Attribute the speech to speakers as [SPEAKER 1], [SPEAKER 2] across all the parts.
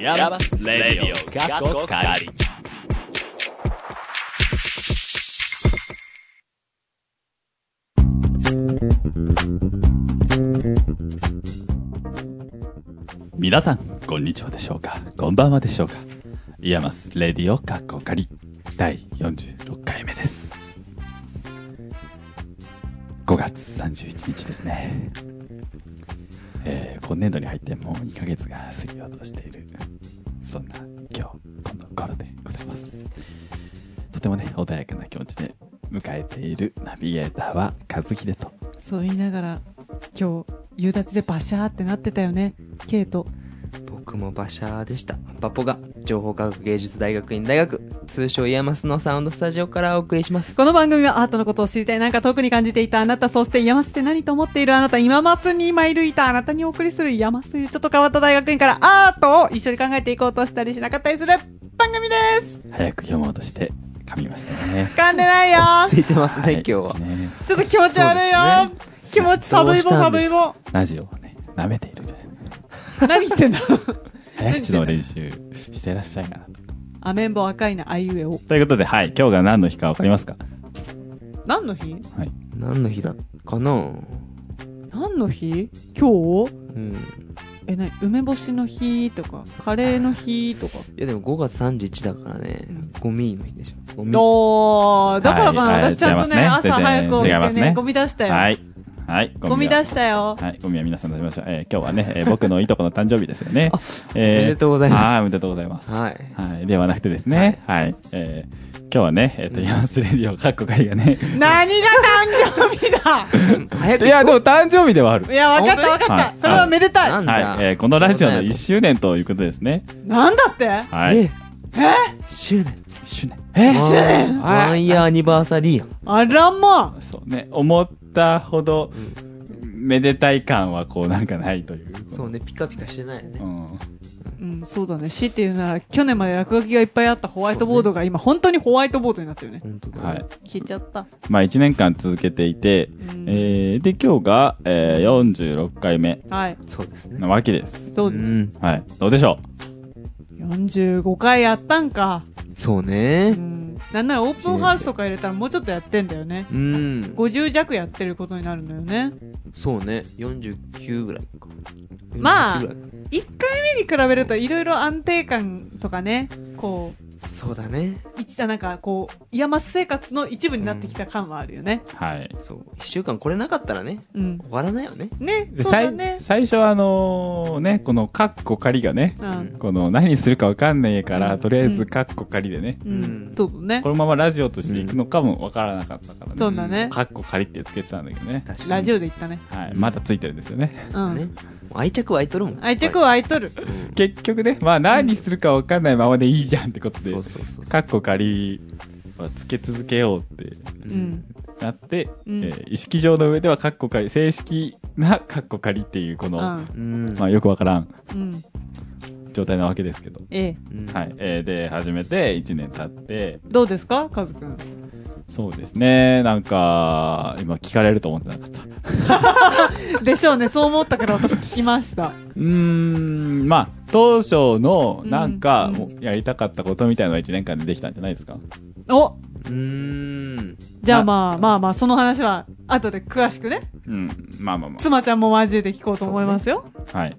[SPEAKER 1] ヤバスレディオ過去仮皆さんこんにちはでしょうかこんばんはでしょうかイヤマスレディオ過去仮第46回目です5月31日ですねえー今年度に入ってもう2ヶ月が過ぎようとしているそんな今日この頃でございますとてもね穏やかな気持ちで迎えているナビゲーターは和秀と
[SPEAKER 2] そう言いながら今日夕立でバシャーってなってたよねケイト
[SPEAKER 3] 僕も馬車でしたバポが情報科学芸術大学院大学通称イヤマスのサウンドスタジオからお送りします
[SPEAKER 2] この番組はアートのことを知りたいなんか特に感じていたあなたそして山スって何と思っているあなた今マスに今いるいたあなたにお送りする山スというちょっと変わった大学院からアートを一緒に考えていこうとしたりしなかったりする番組 です
[SPEAKER 1] 早く読もうとして噛みましたね
[SPEAKER 2] 噛んでないよ
[SPEAKER 3] 落ち着いてますね、
[SPEAKER 1] はい
[SPEAKER 3] 今日は
[SPEAKER 1] ね
[SPEAKER 2] ちょっと気持ち悪いよ、
[SPEAKER 3] そう
[SPEAKER 2] 気持ち寒いもん
[SPEAKER 3] どうしたん
[SPEAKER 2] 寒
[SPEAKER 3] で
[SPEAKER 2] い
[SPEAKER 3] す
[SPEAKER 2] もん
[SPEAKER 1] ラジオをね舐めているじゃない
[SPEAKER 2] 何言ってんだ
[SPEAKER 1] 早口の練習してらっしゃいかなと
[SPEAKER 2] アメンボ赤いなあいうえお
[SPEAKER 1] ということではい今日が何の日かわかりますか
[SPEAKER 2] 何の日
[SPEAKER 1] はい
[SPEAKER 3] 何の日だかな
[SPEAKER 2] 何の日今日
[SPEAKER 3] うん
[SPEAKER 2] え何梅干しの日とかカレーの日とか
[SPEAKER 3] いやでも5月31だからねゴミの日でしょゴミ
[SPEAKER 2] おー、だからかな、
[SPEAKER 1] はい
[SPEAKER 2] 私ちゃんとね、
[SPEAKER 1] はい違いますね
[SPEAKER 2] 朝早く
[SPEAKER 1] 全
[SPEAKER 2] 起き
[SPEAKER 1] 然違いま
[SPEAKER 2] て
[SPEAKER 1] す
[SPEAKER 2] ね
[SPEAKER 1] ね
[SPEAKER 2] ゴミ出したよ。
[SPEAKER 1] はいはい
[SPEAKER 2] ゴミ
[SPEAKER 1] は
[SPEAKER 2] 出したよ。
[SPEAKER 1] はい、ゴミは皆さん出しましょう。えー今日はね、えー僕のいとこの誕生日ですよね。え
[SPEAKER 3] おめでとうございます
[SPEAKER 1] はい、おめでとうございます。
[SPEAKER 3] はい
[SPEAKER 1] はい、ではなくてですね、はい、えー今日はね、えっ、と、ヤマスレディオ、カッコカリが ね、
[SPEAKER 2] 何が誕生日 だ
[SPEAKER 3] 早
[SPEAKER 1] い
[SPEAKER 3] く
[SPEAKER 1] や、でも誕生日ではある
[SPEAKER 2] い。や、わかったわかっ
[SPEAKER 1] は
[SPEAKER 2] た。
[SPEAKER 1] い
[SPEAKER 2] それはめでた。
[SPEAKER 3] ないん
[SPEAKER 1] はい
[SPEAKER 3] だ、、
[SPEAKER 1] えーこのラジオの
[SPEAKER 3] 一
[SPEAKER 1] 1周年ということですね。
[SPEAKER 2] なんだってえ
[SPEAKER 1] はい。
[SPEAKER 3] え
[SPEAKER 1] 1
[SPEAKER 3] 周年
[SPEAKER 1] 周年。え
[SPEAKER 3] ワン
[SPEAKER 1] 年はい
[SPEAKER 3] ワンイヤーアニバーサリーやん
[SPEAKER 2] あらま
[SPEAKER 1] そうね、思ったほど、めでたい感はこうなんかないという。
[SPEAKER 3] そうねピカピカしてないよね
[SPEAKER 1] うん。
[SPEAKER 2] うん、そうだね。死っていうなら、去年まで落書きがいっぱいあったホワイトボードが今、本当にホワイトボードになってるね。
[SPEAKER 3] 本当だ、
[SPEAKER 1] はい。
[SPEAKER 2] 消えちゃった。
[SPEAKER 1] まあ1年間続けていて、
[SPEAKER 2] ん
[SPEAKER 1] えーで、今日が、えー46回目
[SPEAKER 2] はい。
[SPEAKER 3] そうですね
[SPEAKER 1] なわけです。
[SPEAKER 2] そう
[SPEAKER 3] う
[SPEAKER 2] です。
[SPEAKER 3] ん
[SPEAKER 1] はい。どうでしょ
[SPEAKER 2] 45回やったんか。
[SPEAKER 3] そう
[SPEAKER 2] う
[SPEAKER 3] ね
[SPEAKER 2] ん。なんならオープンハウスとか入れたらもうちょっとやってんだよね。
[SPEAKER 3] うん
[SPEAKER 2] 50弱やってることになるんだよね。
[SPEAKER 3] そうね49ぐらいか
[SPEAKER 2] まあ
[SPEAKER 3] 49ぐらいか
[SPEAKER 2] 1回目に比べるといろいろ安定感とかねこ
[SPEAKER 3] そうだね
[SPEAKER 2] う一なんかこうイヤマス生活の一部になってきた感はあるよね
[SPEAKER 1] うはい。
[SPEAKER 3] そう1週間これなかったらね
[SPEAKER 2] うん、
[SPEAKER 3] 終わらないよね
[SPEAKER 2] ね
[SPEAKER 1] で
[SPEAKER 2] そうだね
[SPEAKER 1] 最最初はあのーね、このカッコ仮がね、
[SPEAKER 2] うん
[SPEAKER 1] この何するかわかんねえから、
[SPEAKER 2] うん
[SPEAKER 1] とりあえずカッコ仮でね、
[SPEAKER 2] うん、
[SPEAKER 3] うん
[SPEAKER 2] そうだね
[SPEAKER 1] このままラジオとしていくのかもわからなかったから
[SPEAKER 2] そう
[SPEAKER 1] ね、
[SPEAKER 2] だね
[SPEAKER 1] カッコ仮ってつけてたんだけどね。
[SPEAKER 3] 確かに
[SPEAKER 2] ラジオで言ったね
[SPEAKER 1] はい。まだついてるんですよね。
[SPEAKER 2] うん、
[SPEAKER 3] ねもう愛着湧いとるもん
[SPEAKER 2] 愛着は空いとる
[SPEAKER 1] 結局ね、まあ何するかわかんないままでいいじゃんってことで
[SPEAKER 3] そ、うそうそう
[SPEAKER 1] カッコ仮はつけ続けようって
[SPEAKER 3] う
[SPEAKER 2] うん、
[SPEAKER 3] ん
[SPEAKER 1] なって、
[SPEAKER 2] うん
[SPEAKER 1] えー意識上の上ではカッコ仮、正式なカッコ仮っていうこ
[SPEAKER 2] う
[SPEAKER 1] の、
[SPEAKER 2] ん
[SPEAKER 3] うん
[SPEAKER 1] まあよくわからん
[SPEAKER 2] うん
[SPEAKER 1] 状態なわけですけど。
[SPEAKER 2] ええ
[SPEAKER 3] うん
[SPEAKER 1] はい。えーで、始めて1年経って、
[SPEAKER 2] どうですかカズくん
[SPEAKER 1] そうですね、なんか、今聞かれると思ってなかった。う
[SPEAKER 2] でしょうねそう思ったから私聞きました
[SPEAKER 1] ーん、まあ、当初の、なんか、
[SPEAKER 2] うん
[SPEAKER 1] もうやりたかったことみたいなのは1年間でできたんじゃないですか。
[SPEAKER 2] お
[SPEAKER 3] うん
[SPEAKER 2] じゃあまあまあまあその話は後で詳しくね
[SPEAKER 1] うん、まあまあま
[SPEAKER 2] 妻ちゃんも交えて聞こうと思いますよ、
[SPEAKER 1] あ。はい。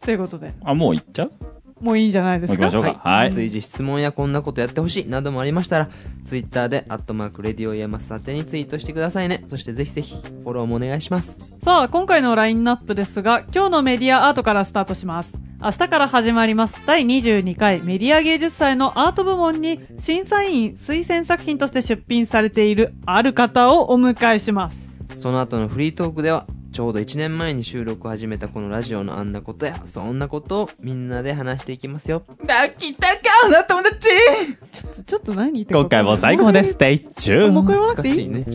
[SPEAKER 2] ということで
[SPEAKER 1] あ、もう行っちゃう
[SPEAKER 2] もういいんじゃないです
[SPEAKER 1] もう行きま
[SPEAKER 2] か
[SPEAKER 1] しょうかはい
[SPEAKER 3] 随時質問やこんなことやってほしいなどもありましたらツイッターで「アットマークレディオイヤマス」宛てにツイートしてくださいねそしてぜひぜひフォローもお願いします
[SPEAKER 2] さあ、今回のラインナップですが、今日のメディアアートからスタートします。明日から始まります第22回メディア芸術祭のアート部門に審査員推薦作品として出品されているある方をお迎えします。
[SPEAKER 3] その後のフリートークではちょうど1年前に収録を始めたこのラジオのあんなことやそんなことをみんなで話していきますよ
[SPEAKER 2] ちょっと、ちょっと何言って
[SPEAKER 1] 今回も最後まで。ステイチューン
[SPEAKER 2] もう一回言わなく
[SPEAKER 3] 難
[SPEAKER 2] てい
[SPEAKER 3] し
[SPEAKER 2] い
[SPEAKER 3] いね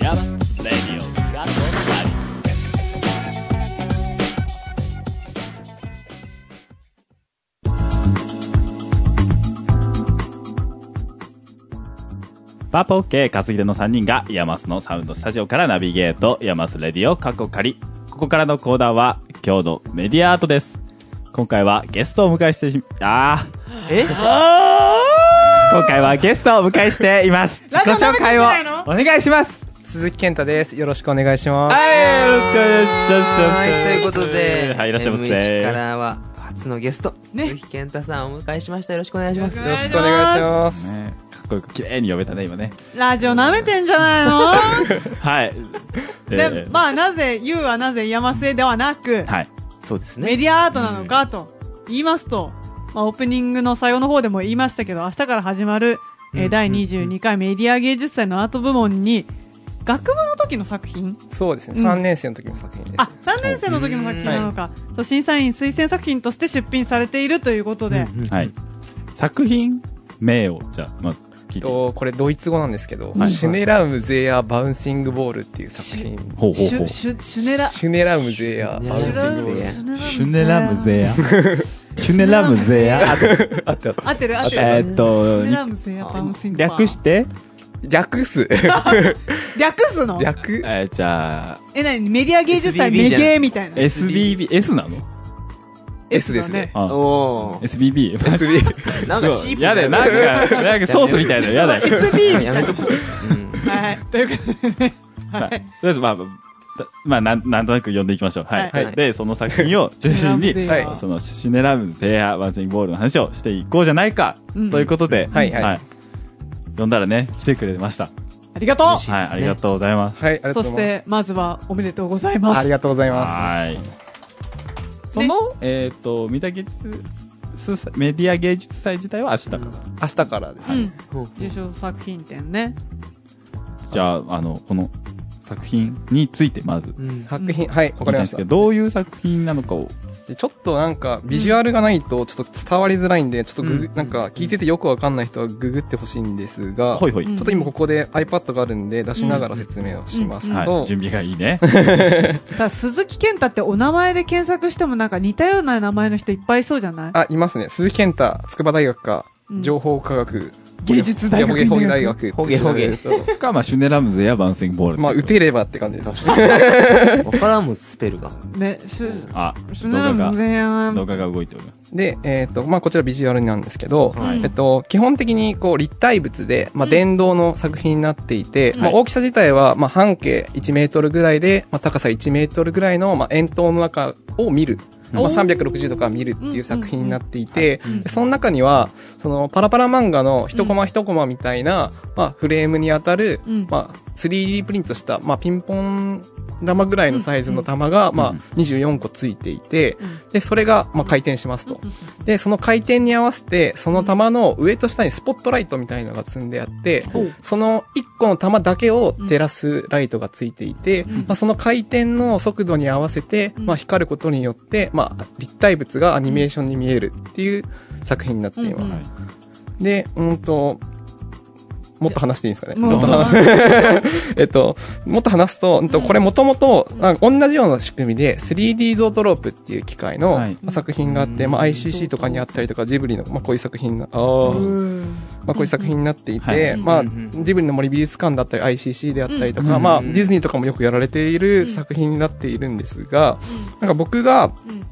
[SPEAKER 1] ヤバスレディオ過去パポケカスヒデの3人がイヤマスのサウンドスタジオからナビゲートイヤマスレディオカッコ仮ここからのコーナーは今日のメディアアートです今回はゲストをお迎えしてしあー
[SPEAKER 3] え
[SPEAKER 1] 今回はゲストをお迎えしています自己紹介をお願いします
[SPEAKER 4] 鈴木健太です。よろしくお願いします。
[SPEAKER 1] はいよろしくお願いします
[SPEAKER 3] はい、ということで、
[SPEAKER 1] はいいらっしゃいま
[SPEAKER 3] M1 か
[SPEAKER 1] せ
[SPEAKER 3] らは初のゲスト、
[SPEAKER 2] ね
[SPEAKER 3] 鈴木健太さんをお迎えしました。よろしくお願いします。
[SPEAKER 2] よ
[SPEAKER 4] よろしくお願いします。
[SPEAKER 1] ねかっこよく綺麗に呼べたね今ね
[SPEAKER 2] ラジオ舐めてんじゃ ないの
[SPEAKER 1] はい
[SPEAKER 2] で、まあなぜ、ゆうはなぜ山瀬ではなく、
[SPEAKER 1] はい
[SPEAKER 3] そうです
[SPEAKER 2] メ
[SPEAKER 3] ね。
[SPEAKER 2] ディアアートなのかと言いますと、まあ、オープニングの最後の方でも言いましたけど、明日から始まる、えー第22回メディア芸術祭のアート部門に、学部の時の作品
[SPEAKER 4] そうですね。
[SPEAKER 2] うん
[SPEAKER 4] 3年生の時の作品です。
[SPEAKER 2] あ、3年生の時の作品なのか、と審査員推薦作品として出品されているということで、
[SPEAKER 1] はい作品名をじゃあまず聞いて
[SPEAKER 4] とこれドイツ語なんですけど、
[SPEAKER 1] はい
[SPEAKER 4] シュネラウムゼーアーバウンシングボールっていう作品。
[SPEAKER 1] ほうほう
[SPEAKER 2] シ
[SPEAKER 1] ほう
[SPEAKER 2] ュ、シュ、シュネラ、
[SPEAKER 4] シュネラウムゼーアーバウンシングボール。
[SPEAKER 1] シュネラムゼア。シュネラムゼア。あと
[SPEAKER 4] あったあっ
[SPEAKER 2] 合ってる合ってる。
[SPEAKER 1] えーっと
[SPEAKER 2] シュネラムゼアバウンシングバー
[SPEAKER 1] 略して、
[SPEAKER 4] た略す。
[SPEAKER 2] 略すの
[SPEAKER 4] 略
[SPEAKER 1] えーじゃあ、
[SPEAKER 2] え、なにメディア芸術祭
[SPEAKER 3] SBB
[SPEAKER 2] メ
[SPEAKER 3] じゃん
[SPEAKER 2] ゲーみたいな。
[SPEAKER 1] SBB、S なの
[SPEAKER 4] S ですね。
[SPEAKER 1] あ
[SPEAKER 3] おー
[SPEAKER 1] SBB。
[SPEAKER 4] SB。
[SPEAKER 3] なんかチープ
[SPEAKER 1] やだよ、なんか、なんかソースみたいなのやだよ。
[SPEAKER 2] SB みた
[SPEAKER 3] や
[SPEAKER 2] い
[SPEAKER 3] め
[SPEAKER 2] な。
[SPEAKER 3] とこう。うん
[SPEAKER 2] はい。ということでね。
[SPEAKER 1] まあと
[SPEAKER 2] は
[SPEAKER 1] り
[SPEAKER 2] い。
[SPEAKER 1] あえず、まあ、だまあ、なんなんとなく読んでいきましょう。はい。
[SPEAKER 2] はい
[SPEAKER 1] でで、その作品を中心に、
[SPEAKER 2] はい
[SPEAKER 1] そのシュネラムゼア、ワンセンボールの話をしていこうじゃないか、
[SPEAKER 2] うん
[SPEAKER 1] ということで、
[SPEAKER 4] はいはい
[SPEAKER 1] 読んだらね、来てくれました。
[SPEAKER 2] ありがと
[SPEAKER 3] すね
[SPEAKER 1] はい、ありがとうございます。
[SPEAKER 4] はい、ありがと
[SPEAKER 2] う
[SPEAKER 4] うご
[SPEAKER 2] そ
[SPEAKER 4] ざい
[SPEAKER 2] し
[SPEAKER 4] ます。
[SPEAKER 2] て、まずはおめでとうございま
[SPEAKER 4] あり
[SPEAKER 2] す。
[SPEAKER 4] がとうございま
[SPEAKER 1] はい。その、えっ、と、三田芸術祭メディア芸術祭自体は明日から。
[SPEAKER 4] す。明日からです
[SPEAKER 2] う。ん。
[SPEAKER 3] ほう
[SPEAKER 2] 受賞作品展ね。
[SPEAKER 1] じゃあ、あの、この作品についてまず、わ
[SPEAKER 3] うん
[SPEAKER 4] 作品、はい、わかりました。
[SPEAKER 1] どういう作品なのかを。
[SPEAKER 4] でちょっとなんか、ビジュアルがないと、ちょっと伝わりづらいんで、ちょっとググ、
[SPEAKER 3] うん
[SPEAKER 4] なんか、聞いててよくわかんない人はググってほしいんですが、
[SPEAKER 1] ほいほい。
[SPEAKER 2] うん
[SPEAKER 4] ちょっと今ここで iPad があるんで出しながら説明をしますと、
[SPEAKER 1] はい。準備がいいね。
[SPEAKER 2] ただ、鈴木健太ってお名前で検索してもなんか似たような名前の人いっぱいいそうじゃない
[SPEAKER 4] あ、いますね。鈴木健太、筑波大学か
[SPEAKER 2] う、ん
[SPEAKER 4] 情報科学、
[SPEAKER 2] 芸術大学
[SPEAKER 4] ホゲホゲ大学。
[SPEAKER 3] ホゲホ ゲ
[SPEAKER 4] そう
[SPEAKER 1] か、まあ、シュネラムゼやバウンシングボール。
[SPEAKER 4] まあ、打てればって感じです。
[SPEAKER 3] わからんもんスペルが。
[SPEAKER 2] ね、シュ、
[SPEAKER 1] あ、
[SPEAKER 2] シュ
[SPEAKER 1] 動
[SPEAKER 2] ネ
[SPEAKER 1] 画
[SPEAKER 2] ラム
[SPEAKER 1] が、
[SPEAKER 2] ゼア。
[SPEAKER 1] 動画が動いております。
[SPEAKER 4] で、えっ、と、まあ、こちらビジュアルなんですけど、
[SPEAKER 2] はい
[SPEAKER 4] えっと、基本的にこう立体物で、まあ、
[SPEAKER 2] うん
[SPEAKER 4] 電動の作品になっていて、ま
[SPEAKER 1] は
[SPEAKER 4] あ、
[SPEAKER 1] い
[SPEAKER 4] 大きさ自体は、まあ、半径1メートルぐらいで、まあ、高さ1メートルぐらいの、まあ、円筒の中を見る。
[SPEAKER 1] うん
[SPEAKER 4] まあ、360度から見るっていう作品になっていて
[SPEAKER 2] うんうんうん、
[SPEAKER 4] でその中には、そのパラパラ漫画の一コマ一コマみたいな、まあ、フレームに当たる、
[SPEAKER 2] うん
[SPEAKER 4] まあ、3D プリントした、まあ、ピンポン玉ぐらいのサイズの玉が、まあ
[SPEAKER 1] うん、
[SPEAKER 4] 24個ついていて
[SPEAKER 2] うん、
[SPEAKER 4] で、それが、まあ、回転しますと。で、その回転に合わせて、その球の上と下にスポットライトみたいのが積んであって、その1個の球だけを照らすライトがついていて、
[SPEAKER 2] ん
[SPEAKER 4] まあ、その回転の速度に合わせて、
[SPEAKER 2] うん
[SPEAKER 4] まあ、光ることによって、まあ、立体物がアニメーションに見えるっていう作品になっています。
[SPEAKER 1] はい。
[SPEAKER 4] で、うんと、もっと話していいですかね。
[SPEAKER 2] もう
[SPEAKER 4] もっと話す。 えっと、もっと話すと、うんとこれもともと、なんか同じような仕組みで、3D ゾートロープっていう機械の
[SPEAKER 1] はい
[SPEAKER 4] 作品があって、まあ ICC とかにあったりとか、ジブリの、まあこういう作品な、あ
[SPEAKER 2] う
[SPEAKER 4] ー
[SPEAKER 2] ん
[SPEAKER 4] まあこういう作品になってい
[SPEAKER 1] は
[SPEAKER 4] て、
[SPEAKER 1] い
[SPEAKER 4] ま
[SPEAKER 3] う
[SPEAKER 4] あ
[SPEAKER 3] んうんう
[SPEAKER 4] ジブリの森美術館だったり ICC であったりと
[SPEAKER 1] うんうんう
[SPEAKER 4] か、
[SPEAKER 1] ん
[SPEAKER 4] まあディズニーとかもよくやられている作品になっているんですが、なんか僕が
[SPEAKER 2] うん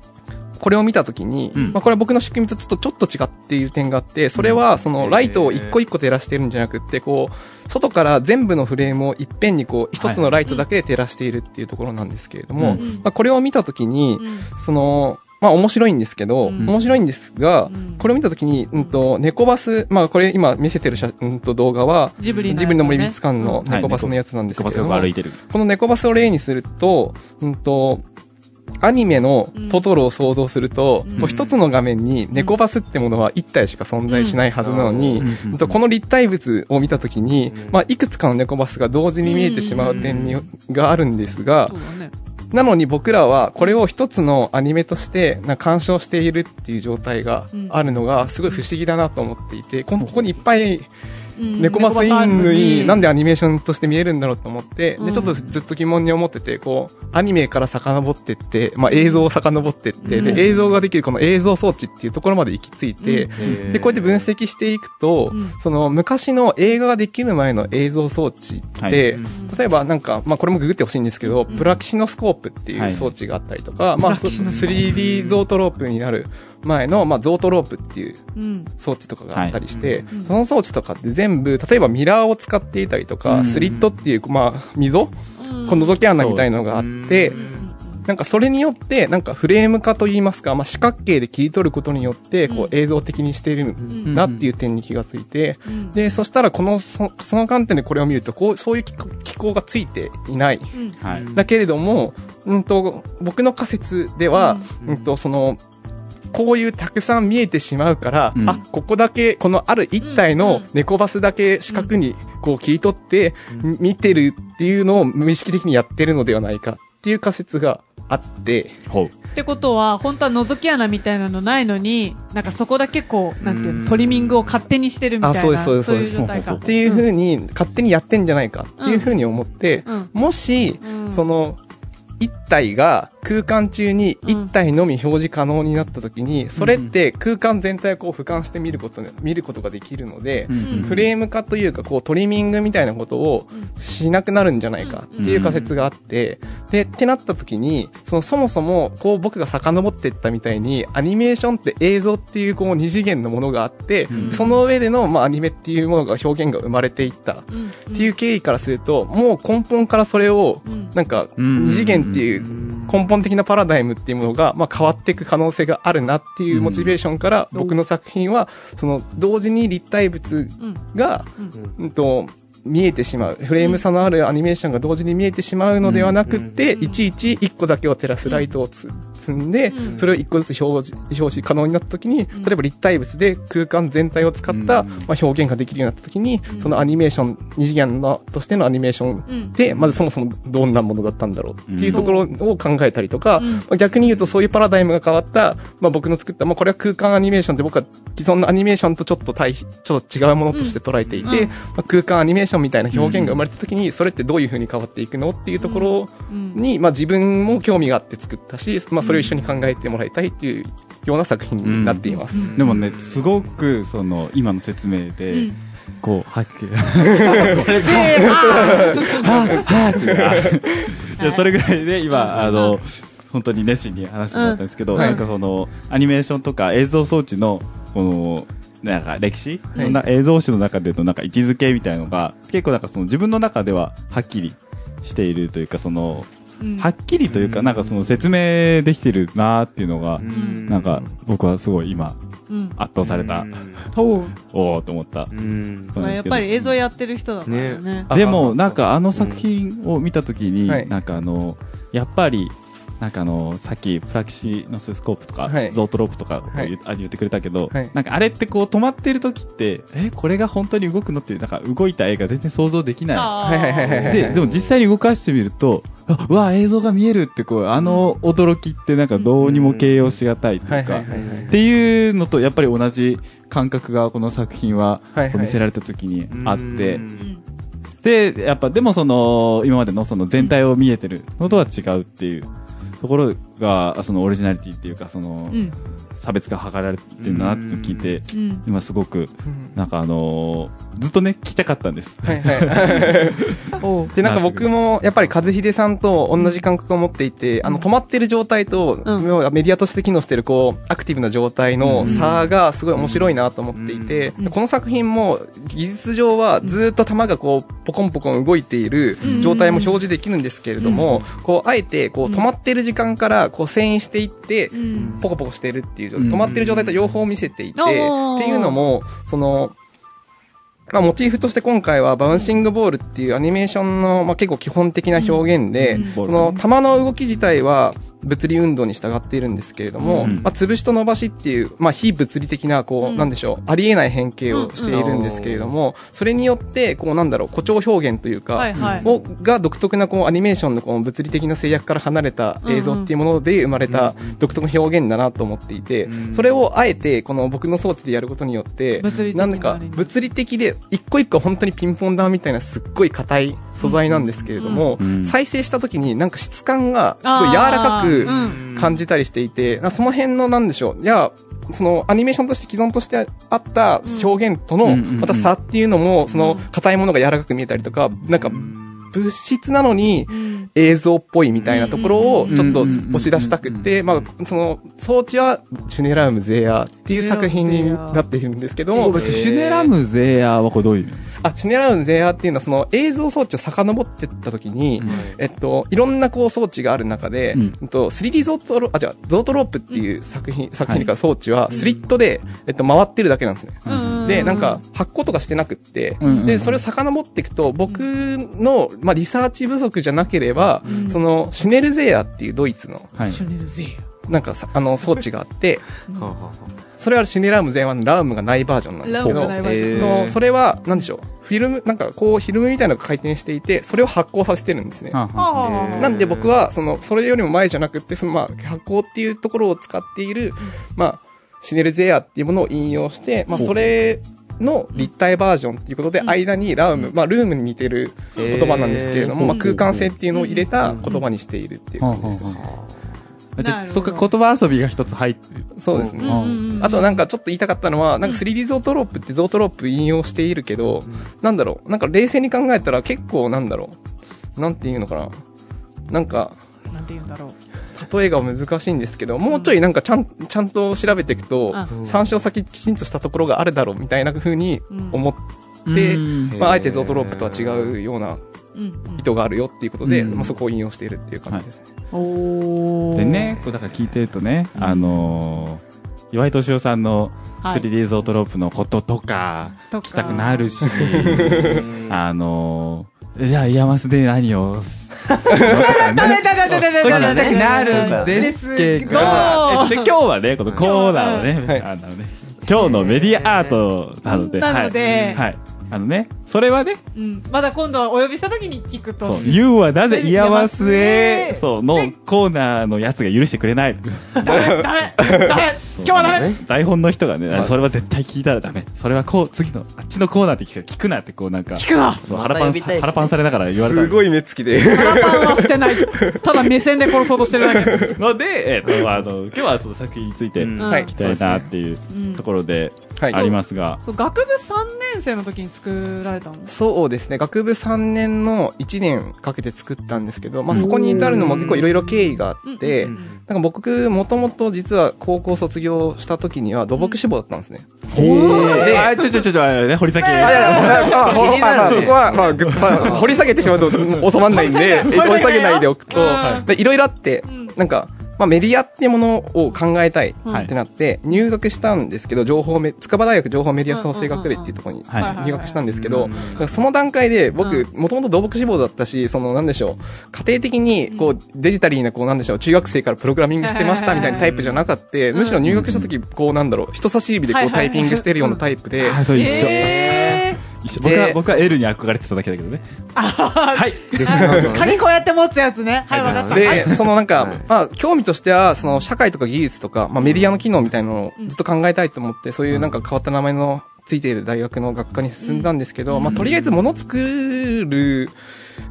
[SPEAKER 4] これを見たときに、
[SPEAKER 1] うん
[SPEAKER 4] まあこれは僕の仕組みとちょっとちょっと違っている点があって、それはそのライトを一個一個照らしてるんじゃなくって、こう、外から全部のフレームをいっぺんにこう、一つのライトだけで照らしているっていうところなんですけれど
[SPEAKER 1] う
[SPEAKER 4] も、
[SPEAKER 1] ん
[SPEAKER 4] まあこれを見たときに、
[SPEAKER 2] うん
[SPEAKER 4] その、まあ面白いんですけど、
[SPEAKER 2] うん
[SPEAKER 4] 面白いんですが、
[SPEAKER 2] うん
[SPEAKER 4] これを見たときに、うんと、猫バス、まあこれ今見せてる写、うんと動画は、
[SPEAKER 2] ジブリのやつね
[SPEAKER 4] 森美術館の
[SPEAKER 1] はい
[SPEAKER 4] 猫バスのやつなんです
[SPEAKER 1] 猫バス
[SPEAKER 4] けれ
[SPEAKER 1] が
[SPEAKER 4] ども、
[SPEAKER 1] こう歩いてる。
[SPEAKER 4] この猫バスを例にすると、うんと、アニメのトトロを想像すると、
[SPEAKER 2] うん
[SPEAKER 4] こう一つの画面に猫バスってものは一体しか存在しないはずなのに、
[SPEAKER 1] うん
[SPEAKER 4] うんとこの立体物を見たときに、
[SPEAKER 3] うん
[SPEAKER 4] まあ、いくつかの猫バスが同時に見えてしまう点に、
[SPEAKER 3] う
[SPEAKER 4] があるんですが、
[SPEAKER 2] そうだね。
[SPEAKER 4] なのに僕らはこれを一つのアニメとしてなんか鑑賞しているっていう状態があるのがすごい不思議だなと思っていて、このここにいっぱい
[SPEAKER 2] うん
[SPEAKER 4] 猫バスイングになん
[SPEAKER 2] で
[SPEAKER 4] でアニメーションとして見えるんだろうと思って、
[SPEAKER 2] うん
[SPEAKER 4] で、ちょっとずっと疑問に思ってて、こう、アニメから遡ってって、まあ映像を遡ってって、
[SPEAKER 2] うん
[SPEAKER 4] で、映像ができるこの映像装置っていうところまで行き着いて、で、こうやって分析していくと、
[SPEAKER 2] うん
[SPEAKER 4] その昔の映画ができる前の映像装置って、
[SPEAKER 1] はい
[SPEAKER 4] 例
[SPEAKER 3] うん
[SPEAKER 4] えばなんか、まあこれもググってほしいんですけど、
[SPEAKER 2] ん
[SPEAKER 4] プラキシノスコープって
[SPEAKER 1] はいいう
[SPEAKER 4] 装置があったりとか、まあ
[SPEAKER 3] プラキシノス
[SPEAKER 4] 3D ゾートロープになる前の、まあゾートロープっていう
[SPEAKER 2] うん
[SPEAKER 4] 装置とかがあったりして、
[SPEAKER 2] いうん
[SPEAKER 4] その装置とかって全部、例えばミラーを使っていたりとか、
[SPEAKER 1] うん
[SPEAKER 4] スリットっていう、まあ、溝、
[SPEAKER 2] うん
[SPEAKER 4] この覗き穴みたいのがあって、なんかそれによって、なんかフレーム化といいますか、まあ、四角形で切り取ることによって、こ
[SPEAKER 2] う
[SPEAKER 4] う映像的にしている
[SPEAKER 2] ん
[SPEAKER 4] なっていう点に気がついて、
[SPEAKER 2] うん
[SPEAKER 4] で、そしたらこの、そその観点でこれを見ると、こう、そういう機構機構がついていない。
[SPEAKER 2] うん
[SPEAKER 1] はい。
[SPEAKER 4] だけれども、うんと、僕の仮説では、
[SPEAKER 3] うん
[SPEAKER 4] うんと、その、こういうたくさん見えてしまうから、
[SPEAKER 1] うん
[SPEAKER 4] あ、ここだけ、このある一体の猫バスだけ四角にこう切り取って、み見てるっていうのを無意識的にやってるのではないかっていう仮説があって、
[SPEAKER 1] ほう。
[SPEAKER 2] ってことは本当は覗き穴みたいなのないのになんかそこだけこうなんていうのトリミングを勝手にしてるみたいな
[SPEAKER 4] あそうですそうです
[SPEAKER 2] いう状態
[SPEAKER 1] そ
[SPEAKER 2] か
[SPEAKER 1] う
[SPEAKER 4] っていうふうに勝手にやってんじゃないかっていうふうに思って、
[SPEAKER 2] うん
[SPEAKER 4] もし、
[SPEAKER 2] うん
[SPEAKER 4] その、一体が空間中に
[SPEAKER 2] うん
[SPEAKER 4] 一体のみ表示可能になった時に、それって空間全体をこう俯瞰して見ること、見ることができるので、
[SPEAKER 2] うん
[SPEAKER 4] フレーム化というか、こう、トリミングみたいなことをしなくなるんじゃないかっていう仮説があって、で、ってなった時に、そのそもそも、こう僕が遡っていったみたいに、アニメーションって映像っていうこう二次元のものがあって、
[SPEAKER 1] うん
[SPEAKER 4] その上での、まあ、アニメっていうものが表現が生まれていったっ
[SPEAKER 2] うん
[SPEAKER 4] ていう経緯からすると、もう根本からそれを
[SPEAKER 2] うん、
[SPEAKER 4] なんか、
[SPEAKER 1] うん
[SPEAKER 4] 二次元っていう根本的なパラダイムっていうものが、まあ、変わっていく可能性があるなっていうモチベーションから、
[SPEAKER 2] うん
[SPEAKER 4] 僕の作品は、その、同時に立体物
[SPEAKER 2] うん
[SPEAKER 4] が、うんと、見えてしまう。フレーム差のあるアニメーションが同時に見えてしまうのではなくって、
[SPEAKER 2] うん
[SPEAKER 4] いちいち1個だけを照らすライトをつ積んで、
[SPEAKER 2] うん
[SPEAKER 4] それを1個ずつ表示、表示可能になった時に、
[SPEAKER 2] ん
[SPEAKER 4] 例えば立体物で空間全体を使った、
[SPEAKER 1] うん
[SPEAKER 4] まあ、表現ができるようになった時に
[SPEAKER 2] ん、
[SPEAKER 4] そのアニメーション、二次元のとしてのアニメーション
[SPEAKER 2] うん
[SPEAKER 4] で、まずそもそもどんなものだったんだろうっていうところを考えたりとか、
[SPEAKER 2] うん
[SPEAKER 4] まあ逆に言うとそういうパラダイムが変わった、まあ僕の作った、まあこれは空間アニメーションで僕は既存のアニメーションとちょっと対比、ちょっと違うものとして捉えていて、
[SPEAKER 2] うんうん
[SPEAKER 4] まあ空間アニメーションみたいな表現が生まれた時に、それってどういう風に変わっていくのっていうところ
[SPEAKER 2] うん
[SPEAKER 4] に、まあ自分も興味があって作ったし、まあそれを一緒に考えてもらいたいっていうような作品になっています。
[SPEAKER 1] でもね、すごく、その、今の説明で、
[SPEAKER 2] うん
[SPEAKER 1] こう、はっきり、
[SPEAKER 2] せーの
[SPEAKER 1] いやそれぐらいで今、あの、本当に熱心に話してもらったんですけど、
[SPEAKER 4] はい
[SPEAKER 1] なんかその、アニメーションとか映像装置の、この、なんか歴史、
[SPEAKER 4] はい
[SPEAKER 1] な映像史の中でのなんか位置づけみたいのが、結構なんかその自分の中でははっきりしているというか、その、
[SPEAKER 2] うん
[SPEAKER 1] はっきりというか、
[SPEAKER 3] うん
[SPEAKER 1] なんかその説明できてるなーっていうのが、
[SPEAKER 2] ん
[SPEAKER 1] なんか僕はすごい今、
[SPEAKER 2] うん
[SPEAKER 1] 圧倒された、
[SPEAKER 2] おう
[SPEAKER 1] おーと思った。
[SPEAKER 3] うん
[SPEAKER 1] そうなん
[SPEAKER 2] まあ
[SPEAKER 1] です
[SPEAKER 2] やっ
[SPEAKER 1] けど
[SPEAKER 2] ぱり映像やってる人だからね
[SPEAKER 3] ね
[SPEAKER 4] あ
[SPEAKER 1] でも、なんかあの作品を見たときに、
[SPEAKER 4] はい
[SPEAKER 1] なんかあの、やっぱり、なんかあの、さっきプラキシノススコープとか、
[SPEAKER 4] はい
[SPEAKER 1] ゾートロープとか
[SPEAKER 4] はい
[SPEAKER 1] 言,、あ言ってくれたけど、
[SPEAKER 4] はい
[SPEAKER 1] なんかあれってこう止まってるときって、え、これが本当に動くのっていう、なんか動いた絵が全然想像できな
[SPEAKER 2] あー
[SPEAKER 4] はいはいはいは
[SPEAKER 1] い。
[SPEAKER 4] いはい。
[SPEAKER 1] で、でも実際に動かしてみると、あうわ、映像が見えるってこう、あの驚きってなんかどうにも形容しがたいと
[SPEAKER 4] はいいうは
[SPEAKER 1] か
[SPEAKER 4] い、はいはい
[SPEAKER 1] っていうのとやっぱり同じ感覚がこの作品は
[SPEAKER 4] はいはい
[SPEAKER 1] こう見せられた時にあって、
[SPEAKER 2] うん
[SPEAKER 1] で、やっぱでもその、今までのその全体を見えてるのとは違うっていうところが、そのオリジナリティっていうか、その
[SPEAKER 2] う、ん
[SPEAKER 1] 差別が図られてるなって聞いて、
[SPEAKER 2] うん
[SPEAKER 1] 今すごく、
[SPEAKER 4] うん
[SPEAKER 1] なんかあのーずっとね、聞きたかったんです。
[SPEAKER 4] はいはい。
[SPEAKER 2] おう
[SPEAKER 4] で、なんか僕も、やっぱり和秀さんと同じ感覚を持っていて、あの、止まってる状態と、
[SPEAKER 2] うん
[SPEAKER 4] 要はメディアとして機能してる、こう、アクティブな状態
[SPEAKER 1] う
[SPEAKER 4] の
[SPEAKER 1] ん
[SPEAKER 4] 差がすごい面白いなと思っていて、
[SPEAKER 2] うん
[SPEAKER 4] この作品も、技術上はずっと球がこう、ポコンポコン動いている
[SPEAKER 2] うん
[SPEAKER 4] 状態も表示できるんですけれども、こう、あえて、こう、止まってる時間から、こう、遷移していって
[SPEAKER 2] う、ん
[SPEAKER 4] ポコポコしてるってい
[SPEAKER 1] う
[SPEAKER 4] う状、
[SPEAKER 1] ん
[SPEAKER 4] 止まってる状態と両方見せていて、
[SPEAKER 2] お
[SPEAKER 4] って
[SPEAKER 2] ー
[SPEAKER 4] いうのも、その、まあ、モチーフとして今回はバウンシングボールっていうアニメーションの、まあ、結構基本的な表現で、
[SPEAKER 2] うん
[SPEAKER 1] ボール
[SPEAKER 4] そ
[SPEAKER 1] ね
[SPEAKER 4] の、球の動き自体は、物理運動に従っているんですけれども、
[SPEAKER 1] うん
[SPEAKER 4] まあ、潰しと伸ばしっていう、まあ、非物理的な、こう、
[SPEAKER 2] うん
[SPEAKER 4] なんでしょう、ありえない変形をしているんですけれども、それによって、こう、なんだろう、誇張表現というか、
[SPEAKER 2] はいはい。
[SPEAKER 4] をが独特なこうアニメーションのこう物理的な制約から離れた映像っていうもので生まれた独特の表現だなと思っていて、
[SPEAKER 3] うん
[SPEAKER 4] それをあえてこの僕の装置でやることによって
[SPEAKER 2] 物理的な
[SPEAKER 4] なんだか物理的で一個一個本当にピンポン玉みたいなすっごい硬い素材なんですけれども、
[SPEAKER 1] うんうん
[SPEAKER 4] 再生した時になんか質感がすごい柔らかく
[SPEAKER 2] あーうん
[SPEAKER 4] 感じたりしていて、なんかその辺のなんでしょういやそのアニメーションとして既存としてあった表現と
[SPEAKER 1] う
[SPEAKER 4] の
[SPEAKER 1] ん
[SPEAKER 4] また差っていうのもその硬いものが柔らかく見えたりとかなんか物質なのに
[SPEAKER 2] うん
[SPEAKER 4] 映像っぽいみたいなところをちょっと
[SPEAKER 1] うん
[SPEAKER 4] 押し出したくて、まあ、その装置はジュネラウムゼアっていう作品になっているんですけど
[SPEAKER 1] こ
[SPEAKER 4] も
[SPEAKER 1] れ、シュネラムゼアはこれどういう意味
[SPEAKER 4] あ、シュネラウムゼアっていうのはその映像装置を遡ってった時に、えっと、いろんなこう装置がある中で、
[SPEAKER 1] うん
[SPEAKER 4] えっと、3D ゾートロ、あ、じゃゾートロープっていう作品、作品というか装置はスリットで、えっと、回ってるだけなんですね。
[SPEAKER 2] うん
[SPEAKER 4] で、なんか、発酵とかしてなくって、
[SPEAKER 1] うんうんうん
[SPEAKER 4] で、それを遡っていくと、僕の、まあ、リサーチ不足じゃなければ、その、シュネルゼアっていうドイツの、
[SPEAKER 1] はい
[SPEAKER 2] シ。ュネルゼー
[SPEAKER 4] なんかさ、あの、装置があって、
[SPEAKER 3] はあはあは
[SPEAKER 4] それはシュネラウムゼアのラウムがないバージョンなんです
[SPEAKER 2] ラ
[SPEAKER 4] け
[SPEAKER 2] ブ
[SPEAKER 4] ど
[SPEAKER 2] が、ないバージョン
[SPEAKER 3] えー
[SPEAKER 4] のそれは、なんでしょう。フィルム、なんかこう、フィルムみたいなのが回転していて、それを発光させてるんですね。
[SPEAKER 1] はあはあ
[SPEAKER 2] はあはあはあ
[SPEAKER 3] えー
[SPEAKER 4] なんで僕は、その、それよりも前じゃなくって、その、まあ、発光っていうところを使っている、まあ、シネルゼアっていうものを引用して、まあ、
[SPEAKER 1] ほう
[SPEAKER 4] それの立体バージョンっていうことで、間にラウム、まあ、ルームに似てる言葉なんですけれど
[SPEAKER 3] え
[SPEAKER 4] も、
[SPEAKER 3] ー
[SPEAKER 4] まあ、空間性っていうのを入れた言葉にしているっていう
[SPEAKER 1] はあ
[SPEAKER 4] 感じです。
[SPEAKER 1] はあ。
[SPEAKER 2] なるほど
[SPEAKER 1] じゃあ、そっか、言葉遊びが一つ入ってる。
[SPEAKER 4] そうですね。
[SPEAKER 2] うんうんうん
[SPEAKER 4] あとなんかちょっと言いたかったのは、なんか 3D ゾートロープってゾートロープ引用しているけど、なんだろう、なんか冷静に考えたら結構なんだろう、なんていうのかな。なんか、
[SPEAKER 2] なんて言うんだろう。
[SPEAKER 4] 例えが難しいんですけど、もうちょいなんかちゃん、ちゃんと調べていくと
[SPEAKER 2] あ、
[SPEAKER 4] 参照先きちんとしたところがあるだろうみたいな風に思って、
[SPEAKER 1] うん
[SPEAKER 4] まあ、あえてゾートロープとは違うような
[SPEAKER 2] うんうん
[SPEAKER 4] 意図があるよっていうことで、
[SPEAKER 1] うん
[SPEAKER 4] まあ、そこを引用しているっていう感じですね。
[SPEAKER 2] おー
[SPEAKER 1] でね、こうだから聞いてるとね、あのー、岩井敏夫さんの
[SPEAKER 2] はい
[SPEAKER 1] 3D ゾートロープのこととか、
[SPEAKER 2] とか
[SPEAKER 1] 聞きたくなるし、
[SPEAKER 3] あ
[SPEAKER 1] あのー、じゃあ、イヤマスで何を、ねそうじゃねなるんですけど、
[SPEAKER 2] ど
[SPEAKER 1] えっとで今日はね、このコーナーを
[SPEAKER 4] は
[SPEAKER 1] ね
[SPEAKER 4] い、
[SPEAKER 1] あのね今日のメディアアートなので、
[SPEAKER 2] なので
[SPEAKER 1] はいはい。あのね、それはね、
[SPEAKER 2] うんまだ今度はお呼びした時に聞く
[SPEAKER 1] そ
[SPEAKER 2] と
[SPEAKER 1] う、ユウはなぜイヤマス
[SPEAKER 2] イヤマ
[SPEAKER 1] へ、
[SPEAKER 2] スへ
[SPEAKER 1] そう、のコーナーのやつが許してくれない。
[SPEAKER 2] ダメダメダメ今日はダメ
[SPEAKER 1] 台本の人がね、
[SPEAKER 3] はい
[SPEAKER 1] それは絶対聞いたらダメ。それはこう、次の、あっちのコーナーって聞く聞くなってこうなんか、
[SPEAKER 2] 聞くな
[SPEAKER 1] そう
[SPEAKER 3] また
[SPEAKER 1] 腹パン、
[SPEAKER 3] 呼びたいし
[SPEAKER 1] 腹パンされながら言われた
[SPEAKER 4] す
[SPEAKER 1] の
[SPEAKER 4] ごい目つきで。
[SPEAKER 2] 腹パンはしてないただ目線で殺そうとしてるだけ
[SPEAKER 1] ので、えっと、あの、今日はその作品について、
[SPEAKER 3] うん
[SPEAKER 1] 聞
[SPEAKER 2] はい
[SPEAKER 1] きたいなっていう
[SPEAKER 2] うん
[SPEAKER 1] ところで、
[SPEAKER 4] はい
[SPEAKER 1] ありますが、
[SPEAKER 2] そう学部3年生の時に作られたの
[SPEAKER 4] そうですね学部3年の1年かけて作ったんですけど、まあ、そこに至るのも結構いろいろ経緯があって、
[SPEAKER 2] うんうん
[SPEAKER 4] なんか僕もともと実は高校卒業した時には土木志望だったんですね、
[SPEAKER 1] で、あ、ちょちょちょちょ、あのね堀崎。
[SPEAKER 4] ま あ
[SPEAKER 3] 気になるね
[SPEAKER 4] まあそこは、まあぐまあ、 掘り下げてしまうともう収まらないんで
[SPEAKER 2] 掘り 下げない
[SPEAKER 4] 掘り下げないでおくと
[SPEAKER 2] うん
[SPEAKER 4] でいろいろあって
[SPEAKER 2] ん
[SPEAKER 4] なんか、まあ、メディアっていうものを考えたい
[SPEAKER 1] はい
[SPEAKER 4] ってなって入学したんですけど情報メ筑波大学情報メディア創生学部っていうところに
[SPEAKER 1] はい
[SPEAKER 4] 入学したんですけ
[SPEAKER 3] う
[SPEAKER 4] ど
[SPEAKER 3] ん
[SPEAKER 4] だからその段階で僕
[SPEAKER 2] う
[SPEAKER 4] もともと土木志望だったしそのなんでしょう家庭的にこうデジタリーなこうなんでしょう中学生からプログラミングしてましたみたいなタイプじゃなかったむしろ入学した時こうなんだろう人差し指でこうタイピングしてるようなタイプで
[SPEAKER 1] あ、そう、一緒。
[SPEAKER 2] え
[SPEAKER 1] 一緒僕は、
[SPEAKER 4] で
[SPEAKER 1] 僕は L に憧れてただけだけどね。はい。
[SPEAKER 2] ー鍵こうやって持つやつねはいわかった
[SPEAKER 4] で、そのなんか、
[SPEAKER 3] はい
[SPEAKER 4] まあ、興味としては、その社会とか技術とか、まあ、メディアの機能みたいなのをずっと考えたいと思って、そういうなんか変わった名前のついている大学の学科に進んだんですけど、まあ、とりあえず物作る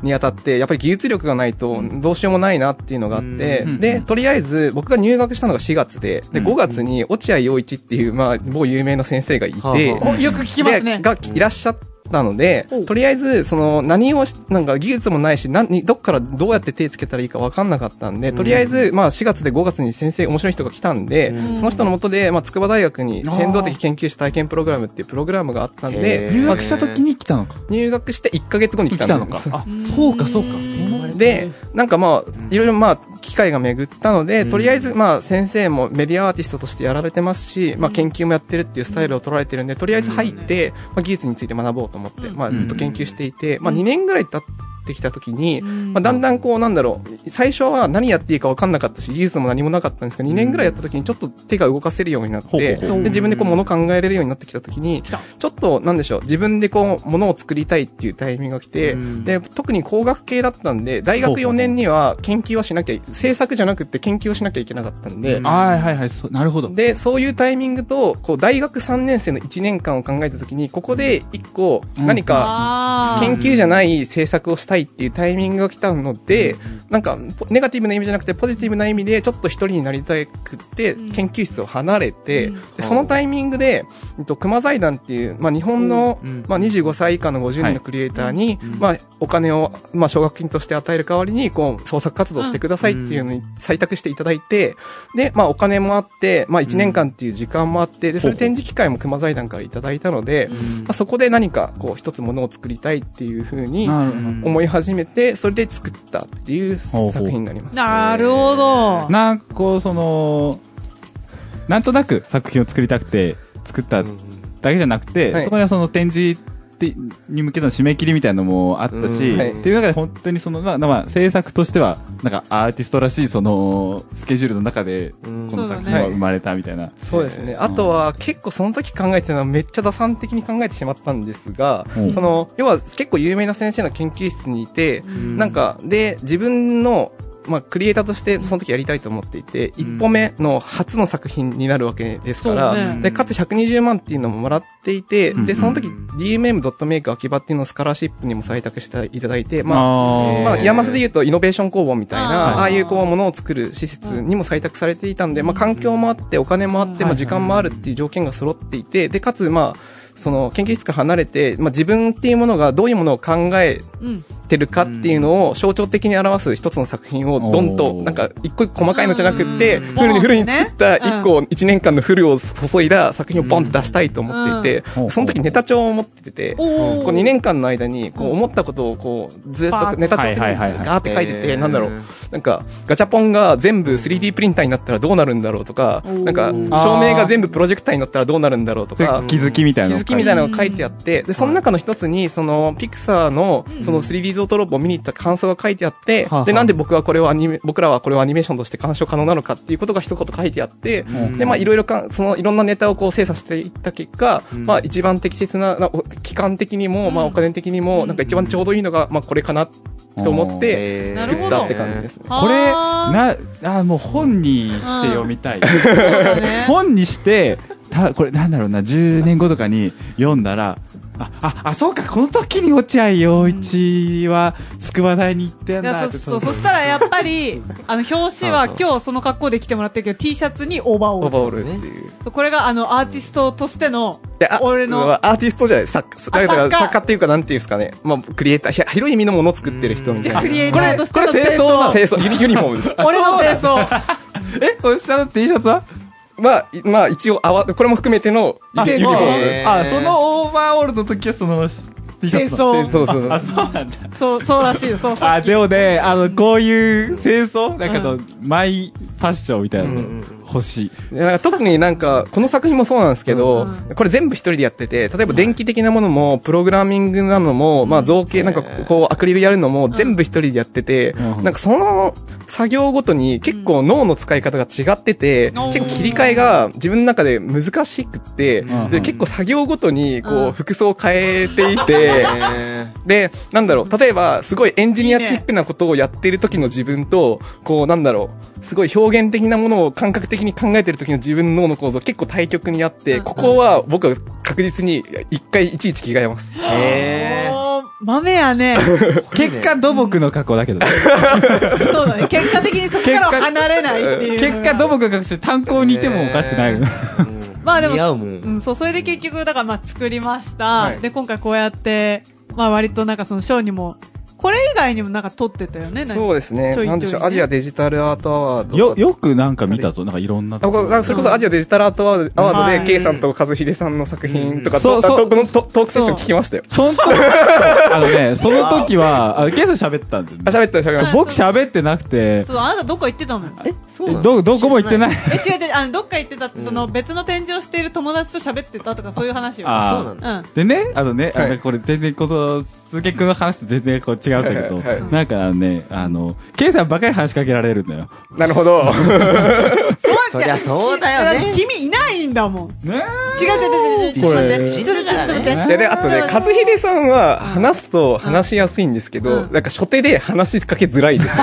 [SPEAKER 4] にあたって、やっぱり技術力がないとどうしようもないなっていうのがあって、
[SPEAKER 1] うんう
[SPEAKER 4] で、
[SPEAKER 1] ん
[SPEAKER 4] とりあえず僕が入学したのが4月で、で、
[SPEAKER 1] うん
[SPEAKER 4] 5月に落合陽一っていう、まあ、某有名な先生がいて、
[SPEAKER 3] はあはあ
[SPEAKER 2] およく聞きますね
[SPEAKER 4] でがいらっしゃったので、
[SPEAKER 2] お
[SPEAKER 4] とりあえず、その、何をし、なんか技術もないし、何、どっからどうやって手つけたらいいか分かんなかったんで、とりあえず、まあ、4月で5月に先生、面白い人が来たんで、その人のもとで、まあ、筑波大学に先導的研究室体験プログラムっていうプログラムがあったん
[SPEAKER 3] へー
[SPEAKER 4] で、
[SPEAKER 1] 入学した時に来たのか。
[SPEAKER 4] 入学して1ヶ月後に
[SPEAKER 1] 来
[SPEAKER 4] 来
[SPEAKER 1] た
[SPEAKER 4] た
[SPEAKER 1] の
[SPEAKER 4] んで
[SPEAKER 1] か
[SPEAKER 4] す。。
[SPEAKER 1] あ、そうか、そうか。
[SPEAKER 4] で、なんかまあ、いろいろまあ、機会が巡ったので、とりあえずまあ、先生もメディアアーティストとしてやられてますし、まあ、研究もやってるっていうスタイルを取られてるんで、とりあえず入って、まあ、技術について学ぼうと思って、まあ、ずっと研究していて、まあ、2年ぐらい経って、ってきた時に、
[SPEAKER 2] うん
[SPEAKER 4] まあ、だんだんこうなんだろう、最初は何やっていいか分かんなかったし、技術も何もなかったんですが、2年ぐらいやった時にちょっと手が動かせるようになっ
[SPEAKER 1] ほう
[SPEAKER 4] て、
[SPEAKER 1] ほうほう
[SPEAKER 4] で自分でこう物考えれるようになってきた時に、
[SPEAKER 1] 来た
[SPEAKER 4] ちょっとなんでしょう、自分でこう物を作りたいっていうタイミングが来て、
[SPEAKER 3] うん
[SPEAKER 4] で、特に工学系だったんで、大
[SPEAKER 1] ほう
[SPEAKER 4] 学
[SPEAKER 1] ほう
[SPEAKER 4] 4年には研究はしなきゃ、制作じゃなくて研究をしなきゃいけなかったんで、
[SPEAKER 3] うん
[SPEAKER 1] はいはいはい、そうなるほど。
[SPEAKER 4] で、そういうタイミングと、こう、大学3年生の1年間を考えたときに、ここで一個、
[SPEAKER 1] うん
[SPEAKER 4] 何か、
[SPEAKER 2] あ
[SPEAKER 4] 研究じゃない制作をしたいっていうタイミングが来たので、なんか、ポネガティブな意味じゃなくて、ポジティブな意味で、ちょっと一人になりたくって
[SPEAKER 2] うん、
[SPEAKER 4] 研究室を離れて、
[SPEAKER 2] うん
[SPEAKER 4] でそのタイミングで、えっと、熊財団っていう、まあ、日本の、
[SPEAKER 3] うん
[SPEAKER 4] まあ、25歳以下の50人のクリエイターに、
[SPEAKER 3] うん
[SPEAKER 4] まあ、お金を、まあ、奨学金として与える代わりに、こう、創作活動してくださいっていうのに採択していただいて、で、まあ、お金もあって、まあ、1年間っていう時間もあって、で、それ展示機会も熊財団からいただいたので、まあ、そこで何か、こう、一つものを作りたいっていうふうに
[SPEAKER 1] なるほど
[SPEAKER 4] 思い始めて、それで作ったっていう
[SPEAKER 1] ほうほう
[SPEAKER 4] 作品になります。
[SPEAKER 2] なるほど。
[SPEAKER 1] なんかこうそのなんとなく作品を作りたくて作っただけじゃなくて、
[SPEAKER 4] はい
[SPEAKER 1] そこにはその展示ってに向けての締め切りみたいなのもあったし、
[SPEAKER 3] うん
[SPEAKER 4] はい
[SPEAKER 1] っていう中で本当にその、まあ、まあ、制作としては、なんかアーティストらしいそのスケジュールの中で、こ
[SPEAKER 3] うん
[SPEAKER 1] の作
[SPEAKER 2] そう
[SPEAKER 1] 品
[SPEAKER 2] だ
[SPEAKER 1] は
[SPEAKER 2] ね
[SPEAKER 1] 生まれたみたいな。
[SPEAKER 4] そうですね。あとは、結構その時考えてたのはめっちゃ打算的に考えてしまったんですが、
[SPEAKER 1] うん
[SPEAKER 4] その、要は結構有名な先生の研究室にいて、
[SPEAKER 2] うん
[SPEAKER 4] なんか、で、自分の、まあ、クリエイターとしてその時やりたいと思っていて、一
[SPEAKER 3] ん
[SPEAKER 4] 歩目の初の作品になるわけですから、
[SPEAKER 2] そうね
[SPEAKER 4] で、かつ120万っていうのももらっていて、
[SPEAKER 1] うん
[SPEAKER 4] で、その時
[SPEAKER 3] うん
[SPEAKER 4] DMM.make 秋葉っていうのをスカラシップにも採択していただいて、まあ、
[SPEAKER 1] ま
[SPEAKER 4] まあ、
[SPEAKER 3] えー
[SPEAKER 4] 山瀬で言うとイノベーション工房みたい
[SPEAKER 1] あー
[SPEAKER 4] な、ああいうこう、ものを作る施設にも採択されていたんで、まあ、環境もあって、お金もあっ
[SPEAKER 2] う
[SPEAKER 4] て、
[SPEAKER 2] ん
[SPEAKER 4] まあ、時間もあるっていう条件が揃っていて、で、かつ、まあ、その、研究室から離れて、まあ、自分っていうものがどういうものを考え
[SPEAKER 2] うん。
[SPEAKER 4] ってるかっていうのを象徴的に表す一つの作品をドンと
[SPEAKER 1] おー
[SPEAKER 4] なんか一個一個細かいのじゃなくって
[SPEAKER 3] うん
[SPEAKER 4] フルにフルに作った
[SPEAKER 2] ボンってね
[SPEAKER 4] 一個一年間のフルを注いだ作品をボンって出したいと思っていて
[SPEAKER 1] うん
[SPEAKER 4] その時ネタ帳を持っててこ
[SPEAKER 2] おお。
[SPEAKER 4] う2年間の間にこ
[SPEAKER 2] う
[SPEAKER 4] うん思ったことをこうずっ
[SPEAKER 2] バーッ
[SPEAKER 4] と
[SPEAKER 2] と
[SPEAKER 4] ネタ帳的に
[SPEAKER 1] はいはいはいはい
[SPEAKER 4] ガーって書いててなんだろう
[SPEAKER 3] う
[SPEAKER 4] なんかガチャポンが全部 3D プリンターになったらどうなるんだろうとか
[SPEAKER 2] おー
[SPEAKER 4] なんか照明が全部プロジェクターになったらどうなるんだろうとか
[SPEAKER 1] 気づきみたいな
[SPEAKER 4] 気
[SPEAKER 1] のを
[SPEAKER 4] づきみたいなのが書いてあって、で、その中の一つに、その、ピクサーの、その 3D ゾートロープを見に行った感想が書いてあって
[SPEAKER 1] はあはあ、
[SPEAKER 4] で、なんで僕はこれをアニメ、僕らはこれをアニメーションとして鑑賞可能なのかっていうことが一言書いてあって、
[SPEAKER 1] うん
[SPEAKER 4] で、まあ、いろいろか、その、いろんなネタをこう精査していった結果、
[SPEAKER 3] うん
[SPEAKER 4] まあ、一番適切な、なお期間的にも、まあ、お金的に
[SPEAKER 2] う
[SPEAKER 4] も、
[SPEAKER 2] ん
[SPEAKER 4] なんか一番ちょうどいいのが、まあ、これかなと思って、
[SPEAKER 3] えー
[SPEAKER 2] なる
[SPEAKER 4] 作
[SPEAKER 2] ほど
[SPEAKER 4] ったって感じですね。
[SPEAKER 1] これ、
[SPEAKER 2] は
[SPEAKER 1] な、あ、もう本にして読み たい。
[SPEAKER 2] ーそうだね
[SPEAKER 1] 本にして、た、これなんだろうな、10年後とかに読んだら、あ、あ、あ、そうか、この時に落合陽一は筑波大に行ってん
[SPEAKER 2] いや
[SPEAKER 1] だ
[SPEAKER 2] そ
[SPEAKER 1] って。
[SPEAKER 2] そうそしたらやっぱり、あの、表紙は今日その格好で来てもらってるけど、T シャツにオーバーオ
[SPEAKER 4] オ
[SPEAKER 2] ー
[SPEAKER 4] ーバ
[SPEAKER 2] ル
[SPEAKER 4] ーオールっていう。
[SPEAKER 2] そうこれがあの、アーティストとしての
[SPEAKER 4] いや、あ、
[SPEAKER 2] 俺の
[SPEAKER 4] うわアーティストじゃない、作家、だから
[SPEAKER 2] 作家
[SPEAKER 4] 作家っていうか、なんていうんですかね。まあ、クリエイター、ひゃ広い意味のものを作ってる人みたいな。
[SPEAKER 2] クリエイターとして
[SPEAKER 4] こ
[SPEAKER 2] の
[SPEAKER 4] れ清掃なの
[SPEAKER 2] 清
[SPEAKER 4] 清掃ユニユニフォームです
[SPEAKER 2] 俺の清掃。
[SPEAKER 1] え、これ下の T シャツは
[SPEAKER 4] まあいまあ一応あわこれも含めての
[SPEAKER 1] あ、
[SPEAKER 4] ユ
[SPEAKER 1] 結
[SPEAKER 4] ニユニ
[SPEAKER 1] 構
[SPEAKER 4] フォーム
[SPEAKER 3] え
[SPEAKER 1] あ、そのオーバーオールの時はその T シ
[SPEAKER 2] 清
[SPEAKER 1] ャツだ。
[SPEAKER 4] で
[SPEAKER 2] 掃。
[SPEAKER 4] そうそうそ う
[SPEAKER 1] あ、そうなんだ。
[SPEAKER 2] そう、そうらしいよ。そうそう。
[SPEAKER 1] あ、でもね、あの、こういう清掃なんかの、マイファッションみたいなの欲しい。
[SPEAKER 4] いやなんか特になんかこの作品もそうなんですけど、
[SPEAKER 2] うん
[SPEAKER 4] これ全部一人でやってて例えば電気的なものもプログラミングなのも、まあ造形なんかこうアクリルやるのも全部一人でやってて、
[SPEAKER 1] うん
[SPEAKER 4] なんかその作業ごとに結構脳の使い方が違ってて、
[SPEAKER 2] ん
[SPEAKER 4] 結構切り替えが自分の中で難しくって、
[SPEAKER 1] うん
[SPEAKER 4] で結構作業ごとにこ
[SPEAKER 2] うん
[SPEAKER 4] う服装を変えてい て、
[SPEAKER 3] え
[SPEAKER 4] で、なんだろう、例えば、すごいエンジニアチックなことをやってる時の自分と、こう、なんだろう、すごい表現的なものを感覚的に考えてる時の自分の脳の構造結構対極にあっ
[SPEAKER 2] う
[SPEAKER 4] て、
[SPEAKER 2] ん
[SPEAKER 4] ここは僕は確実に一回いちいち着替えます。
[SPEAKER 3] ーえー
[SPEAKER 2] おー豆やね。
[SPEAKER 1] 結果、土木の加工だけど。
[SPEAKER 2] そうだね。結果的にそこからは離れないっていう。
[SPEAKER 1] 結果、土木の加工して炭鉱にいてもおかしくない。
[SPEAKER 3] うん
[SPEAKER 2] まあでも
[SPEAKER 3] 似合うも。
[SPEAKER 2] うんん、そう、それで結局、だからまあ作りました。
[SPEAKER 4] はい
[SPEAKER 2] で、今回こうやって、まあ割となんかそのショーにも、これ以外にもなんか撮ってたよね、
[SPEAKER 4] そう
[SPEAKER 2] う
[SPEAKER 4] ですね。
[SPEAKER 2] ちょいちょいね
[SPEAKER 4] なんでしょう、アジアデジタルアートアワード。
[SPEAKER 1] よ、よくなんか見たぞ。なんかいろんな
[SPEAKER 4] あ
[SPEAKER 1] とこ
[SPEAKER 4] 僕はそれこそアジアデジタルアートアワード
[SPEAKER 2] は
[SPEAKER 4] で、
[SPEAKER 2] い
[SPEAKER 4] K さんと和秀さんの作品とか、
[SPEAKER 1] そう
[SPEAKER 4] と
[SPEAKER 1] そう
[SPEAKER 4] あとこのトトークセッション聞きましたよ。
[SPEAKER 1] その時、あのね、その時は、あの、ケイさん喋ったんです
[SPEAKER 4] あ、
[SPEAKER 1] ね。
[SPEAKER 4] 喋った、喋った。
[SPEAKER 1] 僕喋ってなくて、
[SPEAKER 2] そう、あなたどっか行ってたのよ。
[SPEAKER 3] え、
[SPEAKER 2] そうなの
[SPEAKER 1] ど、どこも行ってない。
[SPEAKER 2] え、違う違う、あの、どっか行ってたって、その別の展示をしている友達と喋ってたとか、そういう話よ。
[SPEAKER 1] あー
[SPEAKER 3] そうなん
[SPEAKER 2] う
[SPEAKER 3] だ。
[SPEAKER 2] ん。
[SPEAKER 1] でね、あのね、あ
[SPEAKER 4] は
[SPEAKER 1] の
[SPEAKER 4] い
[SPEAKER 1] これ全然この、鈴木くんの話と全然こう違うんだけど、
[SPEAKER 4] はい
[SPEAKER 1] なんかね、あの、ケイさんばかり話しかけられるんだよ。
[SPEAKER 4] なるほど。
[SPEAKER 2] そう
[SPEAKER 3] そりゃそうだよね
[SPEAKER 2] って君いないんだもん。違
[SPEAKER 1] ね
[SPEAKER 2] う違う違う違う違う。
[SPEAKER 1] これ
[SPEAKER 2] ちょっと待ってちょっと待って。
[SPEAKER 4] でね、あとね、
[SPEAKER 2] うん
[SPEAKER 4] 和秀さんは話すと話しやすいんですけど、
[SPEAKER 2] うん
[SPEAKER 4] なんか初手で話しかけづらいです。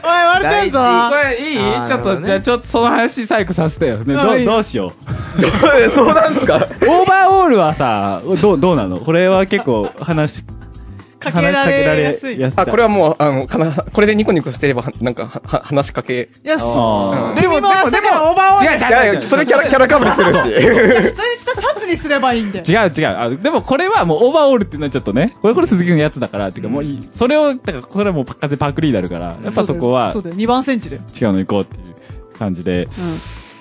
[SPEAKER 2] おい、割れてんぞ。
[SPEAKER 3] 第
[SPEAKER 1] これいい
[SPEAKER 3] あー
[SPEAKER 1] ちょっ
[SPEAKER 3] なるほど
[SPEAKER 1] と、
[SPEAKER 3] ね
[SPEAKER 1] じゃあちょっとその話最後させてよ。ね、
[SPEAKER 2] あい
[SPEAKER 1] ど
[SPEAKER 2] いう
[SPEAKER 1] どうしよう。
[SPEAKER 4] そうなんですか
[SPEAKER 1] オーバーオールはさ、どう、どうなのこれは結構話、
[SPEAKER 2] かけられやすい。い
[SPEAKER 1] やす
[SPEAKER 4] あ、これはもう、あの、かな、これでニコニコしてれば、なんか、はは話しかけ。
[SPEAKER 2] よし。
[SPEAKER 1] あ
[SPEAKER 4] ー
[SPEAKER 2] でも、明日からオーバーオ
[SPEAKER 1] 違
[SPEAKER 2] ー
[SPEAKER 1] う
[SPEAKER 4] いやいや、それキャラ、キャラかぶりするし。
[SPEAKER 2] ル。それしたシャツにすればいいんだよ。
[SPEAKER 1] 違う違うあ。でもこれはもうオーバーオールっていうのはちょっとね、これこれ鈴木のやつだから、っていうかもういい。それを、だからこれはもうパッカでパクリになるから、やっぱそこは
[SPEAKER 2] そうだよ、2番センチだよ。
[SPEAKER 1] 違うの行こうっていう感じで。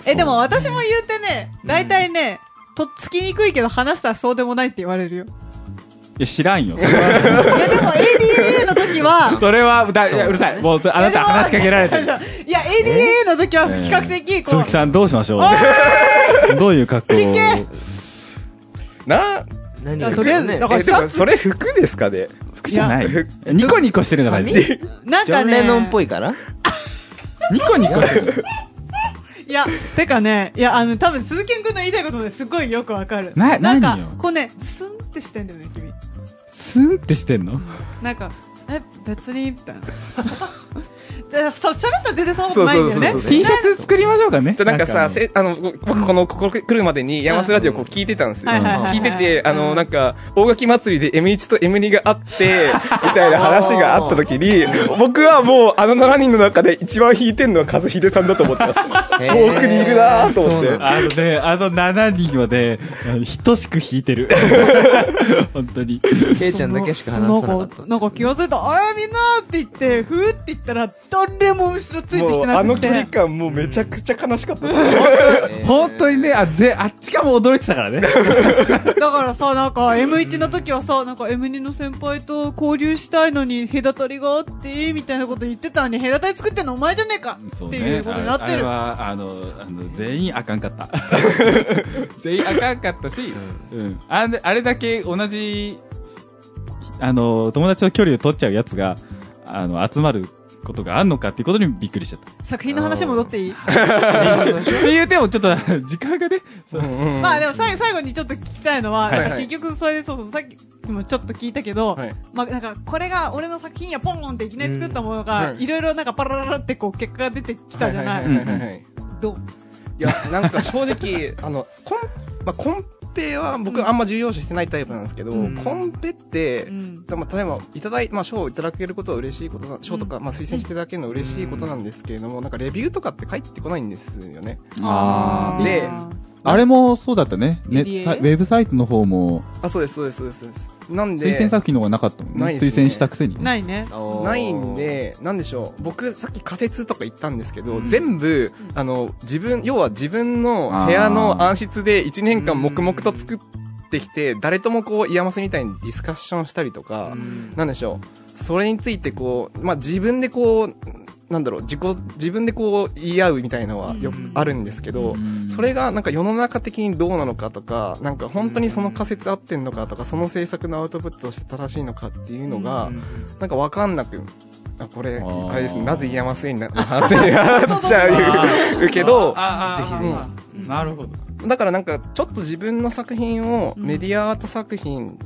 [SPEAKER 2] え、でも私も言うてね、大体ね、とっつきにくいけど話したらそうでもないって言われるよ。
[SPEAKER 1] いや、知らんよ。それは、
[SPEAKER 2] いや、でも ADA の時 は、
[SPEAKER 1] それはだいやうるさい。もう、そあなた話しかけられてる。
[SPEAKER 2] いや、ADA の時は比較的、こ
[SPEAKER 1] 鈴木
[SPEAKER 2] う、
[SPEAKER 1] さんどうしましょうどういう格好
[SPEAKER 2] ちっけー
[SPEAKER 4] な、
[SPEAKER 3] 何
[SPEAKER 2] とりあえず
[SPEAKER 3] ね
[SPEAKER 2] だから
[SPEAKER 4] え、でも、それ服ですかね。
[SPEAKER 1] 服じゃない
[SPEAKER 4] いや。
[SPEAKER 1] ニコニコしてるのがいいニ
[SPEAKER 2] なん
[SPEAKER 3] ジョ
[SPEAKER 2] か
[SPEAKER 3] ン・
[SPEAKER 2] ね、
[SPEAKER 3] レノンっぽいから
[SPEAKER 1] コニコしてる。
[SPEAKER 2] いや、てかね、いや、あの、多分鈴木くんの言いたいことですごいよくわかる。
[SPEAKER 1] な
[SPEAKER 2] なんか
[SPEAKER 1] 何よ、
[SPEAKER 2] こうね、スンってしてんだよね、君。
[SPEAKER 1] スンってしてんの
[SPEAKER 2] なんか、え、別に、みたいな。 でそう、喋ったら全然そんなことないんだよね。
[SPEAKER 4] そうそうそうそう
[SPEAKER 1] ?T シャツ作りましょうかね。
[SPEAKER 4] じゃあなんかさ、
[SPEAKER 1] ね
[SPEAKER 4] せあの、僕僕この、ここ来るまでに、山スラジオこう聞いてたんですよ。
[SPEAKER 2] はいはいはいはい
[SPEAKER 4] 聞いてて、あの、なんか、大垣祭りで M1 と M2 があって、みたいな話があった時に、僕はもう、あの7人の中で一番弾いてんのは和秀さんだと思ってました。
[SPEAKER 3] へー
[SPEAKER 4] 遠くにいるなーと思って
[SPEAKER 3] そうなんだ
[SPEAKER 1] あのね、あの7人はね、あの等しく弾いてる。本当に。
[SPEAKER 3] ケイちゃんだけしか話さなかった
[SPEAKER 2] なんか気がついた、あれみんなって言って、ふーって言ったら、誰も後ろついてき
[SPEAKER 4] も
[SPEAKER 2] て
[SPEAKER 4] う、
[SPEAKER 2] な
[SPEAKER 4] あ
[SPEAKER 2] く
[SPEAKER 4] の距離
[SPEAKER 2] て。
[SPEAKER 4] 感もうめちゃくちゃ悲しかったです。
[SPEAKER 1] 本当にね、あ、ぜ、あっちかも驚いてたからね。
[SPEAKER 2] だからさ、なんか M1 の時はさ、なんか M2 の先輩と交流したいのに隔たりがあって、みたいなこと言ってたのに、隔たり作ってんのお前じゃねえか
[SPEAKER 1] そう
[SPEAKER 2] って
[SPEAKER 1] ね。
[SPEAKER 2] いうことになっ
[SPEAKER 1] あ
[SPEAKER 2] て
[SPEAKER 1] れ
[SPEAKER 2] る。
[SPEAKER 1] は、あの、あの、全員あかんかった。全員あかんかったし、うん。あれあれだけ同じ、あの、友達の距離を取っちゃうやつが、あの、集まることがあんのかっていうことにびっくりしちゃった。
[SPEAKER 2] 作品の話戻っていい
[SPEAKER 1] っていうても、ちょっと、 時間がね、そう
[SPEAKER 2] まあでもさい最後にちょっと聞きたいのは、
[SPEAKER 1] はい
[SPEAKER 4] はい
[SPEAKER 2] 結局それでそうそうさっきもちょっと聞いたけど、
[SPEAKER 4] はい
[SPEAKER 2] まあなんかこれが俺の作品やポンポンっていきなり作ったもの
[SPEAKER 4] う
[SPEAKER 2] が
[SPEAKER 4] んはい
[SPEAKER 2] いろいろなんかパラララってこう結果が出てきたじゃない,、
[SPEAKER 1] はいはい
[SPEAKER 4] はい。
[SPEAKER 2] どう
[SPEAKER 4] いや、なんか正直、あの、コン、まあ、コンペは僕あんま重要視してないタイプなんですけど、
[SPEAKER 3] うん
[SPEAKER 4] コンペって、
[SPEAKER 2] うん
[SPEAKER 4] まあ、例えば、いただい、まあ、賞をいただけることは嬉しいことな、賞とか、まあ、推薦していただけるのは嬉しいことなんですけれども、なんかレビューとかって返ってこないんですよね。
[SPEAKER 1] あー
[SPEAKER 4] で
[SPEAKER 1] あれもそうだったね。ね、
[SPEAKER 2] EDA
[SPEAKER 1] さウェブサイトの方も、
[SPEAKER 4] あ、そうです、そうです、そうですそうです。なんで、
[SPEAKER 1] 推薦作品の方がなかったもんね。
[SPEAKER 4] ないですね
[SPEAKER 1] 推薦したくせに。
[SPEAKER 2] ないね
[SPEAKER 4] ないんで、なんでしょう。僕、さっき仮説とか言ったんですけど、全部、あの、自分、要は自分の部屋の暗室で1年間黙々と作ってきて、誰ともこう、イヤマスみたいにディスカッションしたりとか、なんでしょう。それについてこう、まあ、自分でこう、なんだろう、自己、自分でこう、言い合うみたいのはよくあるんですけど、それがなんか世の中的にどうなのかとか、なんか本当にその仮説合ってんのかとか、その政策のアウトプットとして正しいのかっていうのが、なんかわかんなく、あ、これ、
[SPEAKER 1] あー
[SPEAKER 4] あれですね、なぜ山末になの話になっちゃうけ ど、
[SPEAKER 1] ああ、ぜひぜひ。なるほど。
[SPEAKER 4] だからなんか、ちょっと自分の作品をメディアアート作品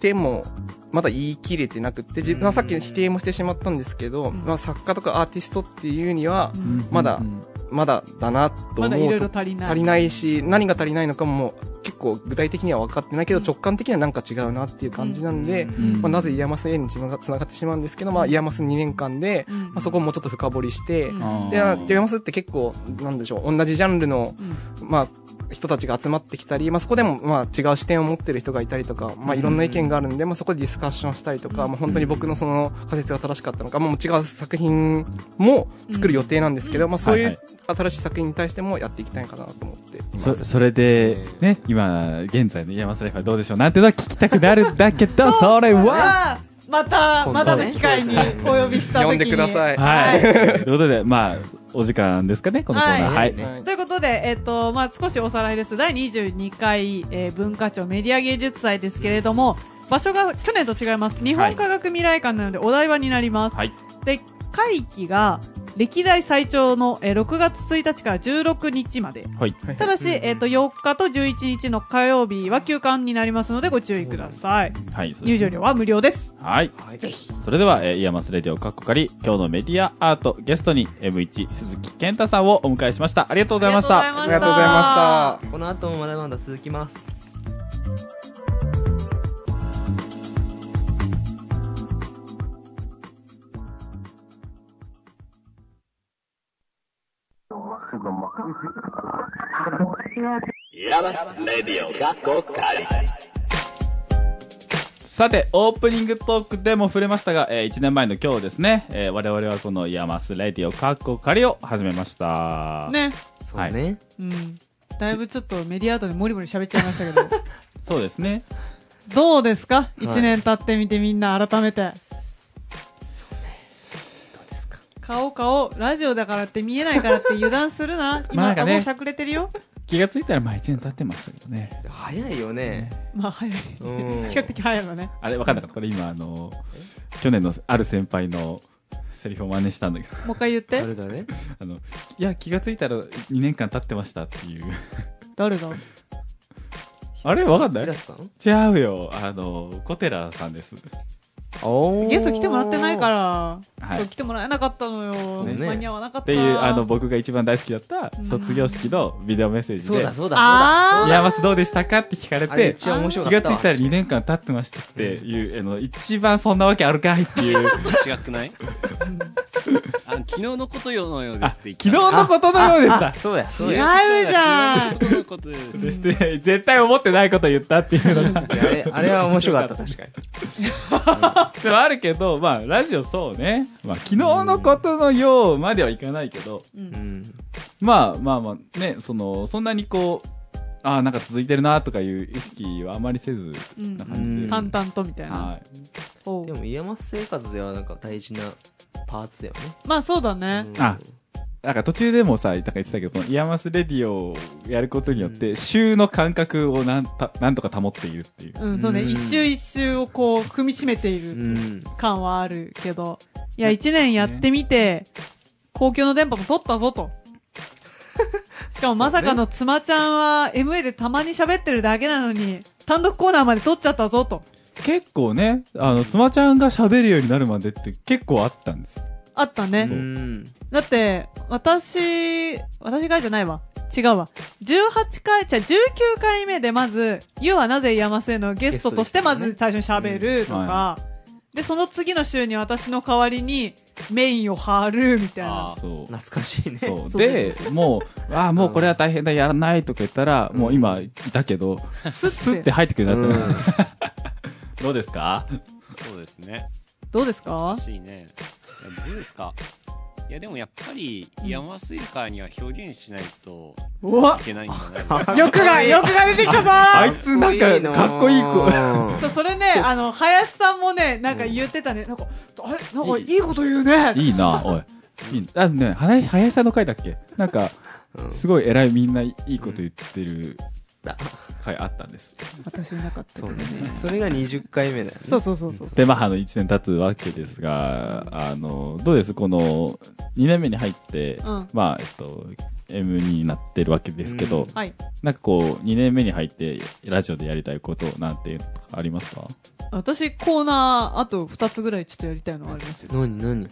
[SPEAKER 4] でも、まだ言い切れてなくって、自分はさっきの否定もしてしまったんですけど、まあ作家とかアーティストっていうには、まだ
[SPEAKER 1] うん
[SPEAKER 4] まだだなと
[SPEAKER 2] まだ
[SPEAKER 4] 思
[SPEAKER 2] いうろい
[SPEAKER 4] と
[SPEAKER 2] ろ足りない
[SPEAKER 4] 足りないし、何が足りないのかも結構具体的には分かってないけど、直感的にはなんか違うなっていう感じなんで、
[SPEAKER 1] ん
[SPEAKER 4] まあ、なぜイヤマス A につなが繋がってしまうんですけど、まあ、イヤマス2年間で、
[SPEAKER 2] ん
[SPEAKER 4] まあ、そこをもうちょっと深掘りして、
[SPEAKER 2] うん
[SPEAKER 1] あー
[SPEAKER 4] で、イヤマスって結構、なんでしょう、同じジャンルの、まあ、人たちが集まってきたり、まあ、そこでも、まあ、違う視点を持ってる人がいたりとか、まあ、いろんな意見があるんで、まあ、そこでディスカッションしたりとか、まあ、本当に僕のその仮説が正しかったのか、もう違う作品も作る予定なんですけど、まあ、そうい
[SPEAKER 1] はいは
[SPEAKER 4] う新しい作品に対してもやっていきたいかなと思っています
[SPEAKER 1] そそれで、 ね、今、現在の山スライフはどうでしょうなんてのは聞きたくなるんだけど、それは、
[SPEAKER 2] はまた、
[SPEAKER 3] 今度ね
[SPEAKER 2] まだの機会にお呼びしたときに。
[SPEAKER 4] 呼んでください
[SPEAKER 1] はい。
[SPEAKER 2] は
[SPEAKER 1] ということで、まあ、お時間ですかね、このコーナー。は。
[SPEAKER 2] はい
[SPEAKER 4] はい
[SPEAKER 2] ということで、えっと、まあ、少しおさらいです。第22回、えー文化庁メディア芸術祭ですけれども、場所が去年と違います。日本科学未来館なのでお台場になります。
[SPEAKER 1] はい
[SPEAKER 2] で、会期が歴代最長の、えー6月1日から16日まで。
[SPEAKER 1] はい。
[SPEAKER 2] ただし、えっと、4日と11日の火曜日は休館になりますのでご注意ください。
[SPEAKER 1] はい。そうです
[SPEAKER 2] 入場料は無料です。
[SPEAKER 1] はい。
[SPEAKER 3] ぜひ。
[SPEAKER 1] それでは、えーイヤマスレディオカッコカリ、今日のメディアアートゲストに M1 鈴木健太さんをお迎えしました。ありがとうございました。
[SPEAKER 4] ありがとうございました。
[SPEAKER 3] この後もまだまだ続きます。
[SPEAKER 1] さて、オープニングトークでも触れましたが、え1年前の今日ですね、えー我々はこのイヤマスレディオカッコカリを始めました。。
[SPEAKER 2] ね。
[SPEAKER 3] そうね。
[SPEAKER 2] うん。だいぶちょっとメディアアートでモリモリ喋っちゃいましたけど。
[SPEAKER 1] そうですね。
[SPEAKER 2] どうですか一、年経ってみてみんな改めて。そうね。どうですか顔顔、ラジオだからって見えないからって油断するな。
[SPEAKER 1] ま
[SPEAKER 2] 今、
[SPEAKER 1] あね
[SPEAKER 2] あもうしゃくれてるよ。
[SPEAKER 1] 気がついたら、まあ1年経ってましたけどね。
[SPEAKER 3] 早いよね。
[SPEAKER 2] まあ早い。 比
[SPEAKER 3] うん。
[SPEAKER 2] 較的早いわね。
[SPEAKER 1] あれ、わかんなかった。これ今、あの、去年のある先輩のセリフを真似したんだけど、
[SPEAKER 2] もう一回言って。
[SPEAKER 3] 誰だね。
[SPEAKER 1] あの、いや、気がついたら2年間経ってましたっていう。
[SPEAKER 2] 誰だ
[SPEAKER 1] あれわかんな
[SPEAKER 3] 平
[SPEAKER 1] い
[SPEAKER 3] 瀬さん
[SPEAKER 1] 違うよ。あの、小寺さんです。
[SPEAKER 3] おー
[SPEAKER 2] ゲスト来てもらってないか。ら、
[SPEAKER 1] はい
[SPEAKER 2] そう来てもらえなかったのよ、
[SPEAKER 3] そうね
[SPEAKER 2] 間に合わなかった
[SPEAKER 1] っていう、あの、僕が一番大好きだった卒業式のビデオメッセージ
[SPEAKER 3] そう
[SPEAKER 1] で
[SPEAKER 3] だ、そうだ、そうだ。
[SPEAKER 2] あ
[SPEAKER 1] いや、まずどうでしたかって聞かれ
[SPEAKER 3] あれ
[SPEAKER 1] て、
[SPEAKER 3] 一番面白か
[SPEAKER 1] 気
[SPEAKER 3] った
[SPEAKER 1] がついたら2年間経ってましたって いう、あの、一番そんなわけあるかいっていう、
[SPEAKER 5] 違くないあの昨日のことよのようで
[SPEAKER 1] あ
[SPEAKER 5] すっ
[SPEAKER 1] 昨
[SPEAKER 5] て言っ
[SPEAKER 1] 日
[SPEAKER 5] たの
[SPEAKER 1] のことのようでした。
[SPEAKER 3] そうだそう
[SPEAKER 2] 違う
[SPEAKER 3] だ
[SPEAKER 2] じゃん
[SPEAKER 5] 昨日のことようです
[SPEAKER 1] そして、絶対思ってないこと言ったっていうのが、
[SPEAKER 3] いやあれあれは面白かった、確かに。
[SPEAKER 1] でもあるけ ど、まあ、ラジオそうね。まあ、昨日のことのようまではいかないけど、
[SPEAKER 3] うん。
[SPEAKER 1] まあまあまあ、ね、その、そんなにこう、ああ、なんか続いてるなとかいう意識はあまりせず、
[SPEAKER 2] うん
[SPEAKER 1] な感じで。
[SPEAKER 2] 淡々とみたいな。
[SPEAKER 1] はい。
[SPEAKER 2] おう
[SPEAKER 3] でも、家康生活ではなんか大事なパーツだよ
[SPEAKER 2] まあそうだね。
[SPEAKER 3] ね。
[SPEAKER 1] あなんか途中でもさ、なんか言ってたけど、そのイヤマスレディオをやることによって、週の感覚をなんたなんとか保っているっていう。
[SPEAKER 2] うん、そうね。
[SPEAKER 3] うん
[SPEAKER 2] 一周一周をこう、踏みしめていうる
[SPEAKER 3] ん。
[SPEAKER 2] 感はあるけど。いや、一年やってみて、公共の電波も取ったぞと。しかもまさかの妻ちゃんは MA でたまに喋ってるだけなのに、単独コーナーまで取っちゃったぞと。
[SPEAKER 1] 結構ね、あの、妻ちゃんが喋るようになるまでって結構あったんですよ。
[SPEAKER 2] あったね。
[SPEAKER 3] うん。
[SPEAKER 2] だって、私、私がじゃないわ。違うわ。18回、じゃあ19回目でまず、ゆうはなぜ山瀬のゲストとしてまず最初に喋ると
[SPEAKER 1] うん
[SPEAKER 2] か
[SPEAKER 1] は、
[SPEAKER 2] で、その次の週に私の代わりにメインを張るみたいな
[SPEAKER 5] あ。
[SPEAKER 1] そう。
[SPEAKER 3] 懐かしいね。
[SPEAKER 1] そう。
[SPEAKER 2] そうだ
[SPEAKER 1] で、もう、ああ、もうこれは大変だ、やらないとか言ったら、もう今、いたけど、
[SPEAKER 2] ス
[SPEAKER 1] スッ
[SPEAKER 2] ッってて。
[SPEAKER 1] 入ってくるようになった、
[SPEAKER 3] うん
[SPEAKER 1] どうですか
[SPEAKER 5] そうですね
[SPEAKER 2] どうです
[SPEAKER 5] 難
[SPEAKER 2] か
[SPEAKER 5] しいねいやどうですかいやでもやっぱり山スイカには表現しないと
[SPEAKER 2] うわ
[SPEAKER 5] いけないんじゃないかな
[SPEAKER 2] 欲が、欲が出てきたぞー
[SPEAKER 1] あいつなんか、かっこいい子。
[SPEAKER 2] そう、それね、あの、林さんもね、なんか言ってたね。なんか、あれなんかいいこと言うね
[SPEAKER 1] いいな、おい。いいなあ、ね、林林さんの回だっけなんか、すごい偉いみんないいこと言ってる回あったんです。
[SPEAKER 2] 私いなかったけ
[SPEAKER 3] そ
[SPEAKER 2] ど
[SPEAKER 3] う
[SPEAKER 2] ね
[SPEAKER 3] ね。。それが20回目だよね。
[SPEAKER 2] そうそうそうそう。
[SPEAKER 1] で、まあ、あの、1年経つわけですが、あの、どうですこの、2年目に入って、
[SPEAKER 2] うん
[SPEAKER 1] まあ、えっと、M になってるわけですけど、
[SPEAKER 3] うん
[SPEAKER 2] はい。
[SPEAKER 1] なんかこう、2年目に入って、ラジオでやりたいことなんていうのとかありますか
[SPEAKER 2] 私コーナーあと2つぐらいちょっとやりたいのあり ますよ
[SPEAKER 3] 何何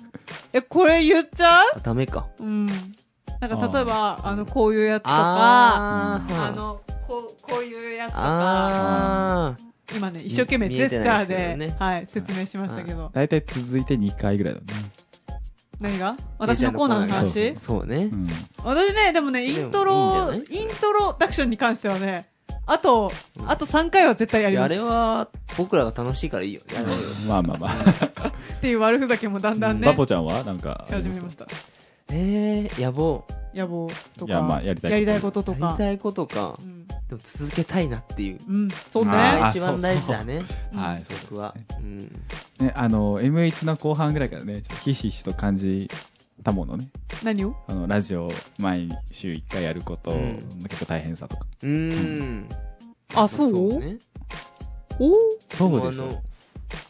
[SPEAKER 2] えこれ言っちゃう
[SPEAKER 3] あ、ダメか。
[SPEAKER 2] うんなんか例えばあのこういうやつとかあ
[SPEAKER 3] あーあ
[SPEAKER 2] のこうこういうやつとか
[SPEAKER 3] あ
[SPEAKER 2] 今ね一生懸命ジェスチャーで
[SPEAKER 3] 見えてないですけどね
[SPEAKER 2] はい、説明しましたけど、
[SPEAKER 1] 大体続いて2回ぐらいだね。
[SPEAKER 2] 何が私のコーナーの
[SPEAKER 1] そうそ
[SPEAKER 2] 話
[SPEAKER 3] ーそうね
[SPEAKER 1] う。ん。
[SPEAKER 2] 私ねでもねイントロ
[SPEAKER 3] でもいいんじ
[SPEAKER 2] イントロダクションに関してはねあとあと3回は絶対や
[SPEAKER 3] い
[SPEAKER 2] り
[SPEAKER 3] やあ
[SPEAKER 2] ま
[SPEAKER 3] れ
[SPEAKER 2] す
[SPEAKER 3] は、僕らが楽しいからいいよ。やろうよ
[SPEAKER 1] まあまあま
[SPEAKER 2] っていう悪ふざけもだんだ
[SPEAKER 1] あ。
[SPEAKER 2] ん
[SPEAKER 1] バ
[SPEAKER 2] ね
[SPEAKER 1] ポちゃんはなんか
[SPEAKER 2] し
[SPEAKER 1] あり
[SPEAKER 2] 始
[SPEAKER 1] ま
[SPEAKER 2] め
[SPEAKER 1] すか
[SPEAKER 2] ました
[SPEAKER 3] えー、野望。
[SPEAKER 2] 野望と
[SPEAKER 1] いやまあ
[SPEAKER 2] か
[SPEAKER 1] やりたいこと
[SPEAKER 2] やりたいことと
[SPEAKER 3] やり
[SPEAKER 2] か
[SPEAKER 3] たいことか
[SPEAKER 2] う。ん
[SPEAKER 3] でも続けたいなっていう。
[SPEAKER 2] うんそうね
[SPEAKER 1] あー
[SPEAKER 3] 一番大事だね。
[SPEAKER 1] はい、そう
[SPEAKER 3] 僕は。うん。
[SPEAKER 1] ね、あの、M1 の後半ぐらいからね、ちょっとひしひしと感じたものね。
[SPEAKER 2] 何を
[SPEAKER 1] あの、ラジオ、毎週1回やることの
[SPEAKER 3] うん
[SPEAKER 1] 結構大変さとか。
[SPEAKER 3] うーん。
[SPEAKER 2] あ、そう
[SPEAKER 3] ね
[SPEAKER 2] お
[SPEAKER 1] そうでしょ。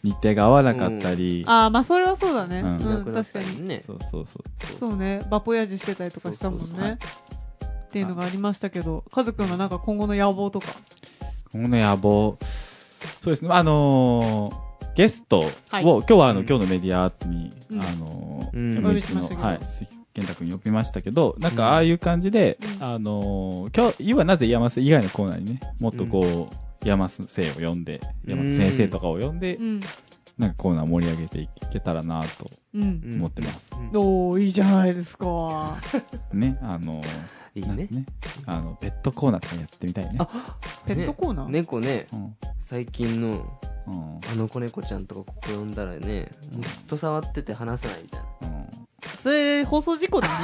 [SPEAKER 1] 日程が合わなかったり、
[SPEAKER 2] あー、まあそれはそうだね。
[SPEAKER 1] う
[SPEAKER 2] うんん、
[SPEAKER 3] あのいなくなっ
[SPEAKER 2] 確
[SPEAKER 3] た
[SPEAKER 2] か
[SPEAKER 3] り
[SPEAKER 2] に。
[SPEAKER 3] ね。
[SPEAKER 1] そうそうそう。
[SPEAKER 2] そうね。バポヤージュしてたりとかしたもん
[SPEAKER 1] そうそうそうはい
[SPEAKER 2] ね。っていうのがありましたけど、カズくんはなんか今後の野望とか。
[SPEAKER 1] 今後の野望。そうですね。あのーゲストを、
[SPEAKER 2] はい
[SPEAKER 1] 今日はあの、今日のメディアアートに、
[SPEAKER 2] うん
[SPEAKER 1] あの
[SPEAKER 3] うん
[SPEAKER 1] ー、
[SPEAKER 3] お
[SPEAKER 2] 呼
[SPEAKER 1] M1
[SPEAKER 2] びしましたけ
[SPEAKER 1] の、
[SPEAKER 2] ど
[SPEAKER 1] はい、健太君呼びましたけど、なんかああいう感じで、
[SPEAKER 2] うん
[SPEAKER 1] あのー今日、今なぜ山瀬以外のコーナーにね、もっとこう、山瀬を呼んで、山瀬先生とかを呼んで、
[SPEAKER 2] うん。
[SPEAKER 1] なんかコーナー盛り上げていけたらなと
[SPEAKER 2] うん。
[SPEAKER 1] 思ってます。
[SPEAKER 3] うん
[SPEAKER 2] おー、いいじゃないですか。
[SPEAKER 1] ね、あのー、
[SPEAKER 3] いい
[SPEAKER 1] なん
[SPEAKER 3] ね
[SPEAKER 1] か。あの、ペットコーナーとかやってみたいね。
[SPEAKER 2] ペットコーナー、
[SPEAKER 3] 猫ね、
[SPEAKER 1] うん。
[SPEAKER 3] 最近の
[SPEAKER 1] うん。
[SPEAKER 3] あの子猫ちゃんとかここ呼んだらね、もうずっと触ってて離さないみたいな。
[SPEAKER 1] うん
[SPEAKER 2] それ、放送事故だね。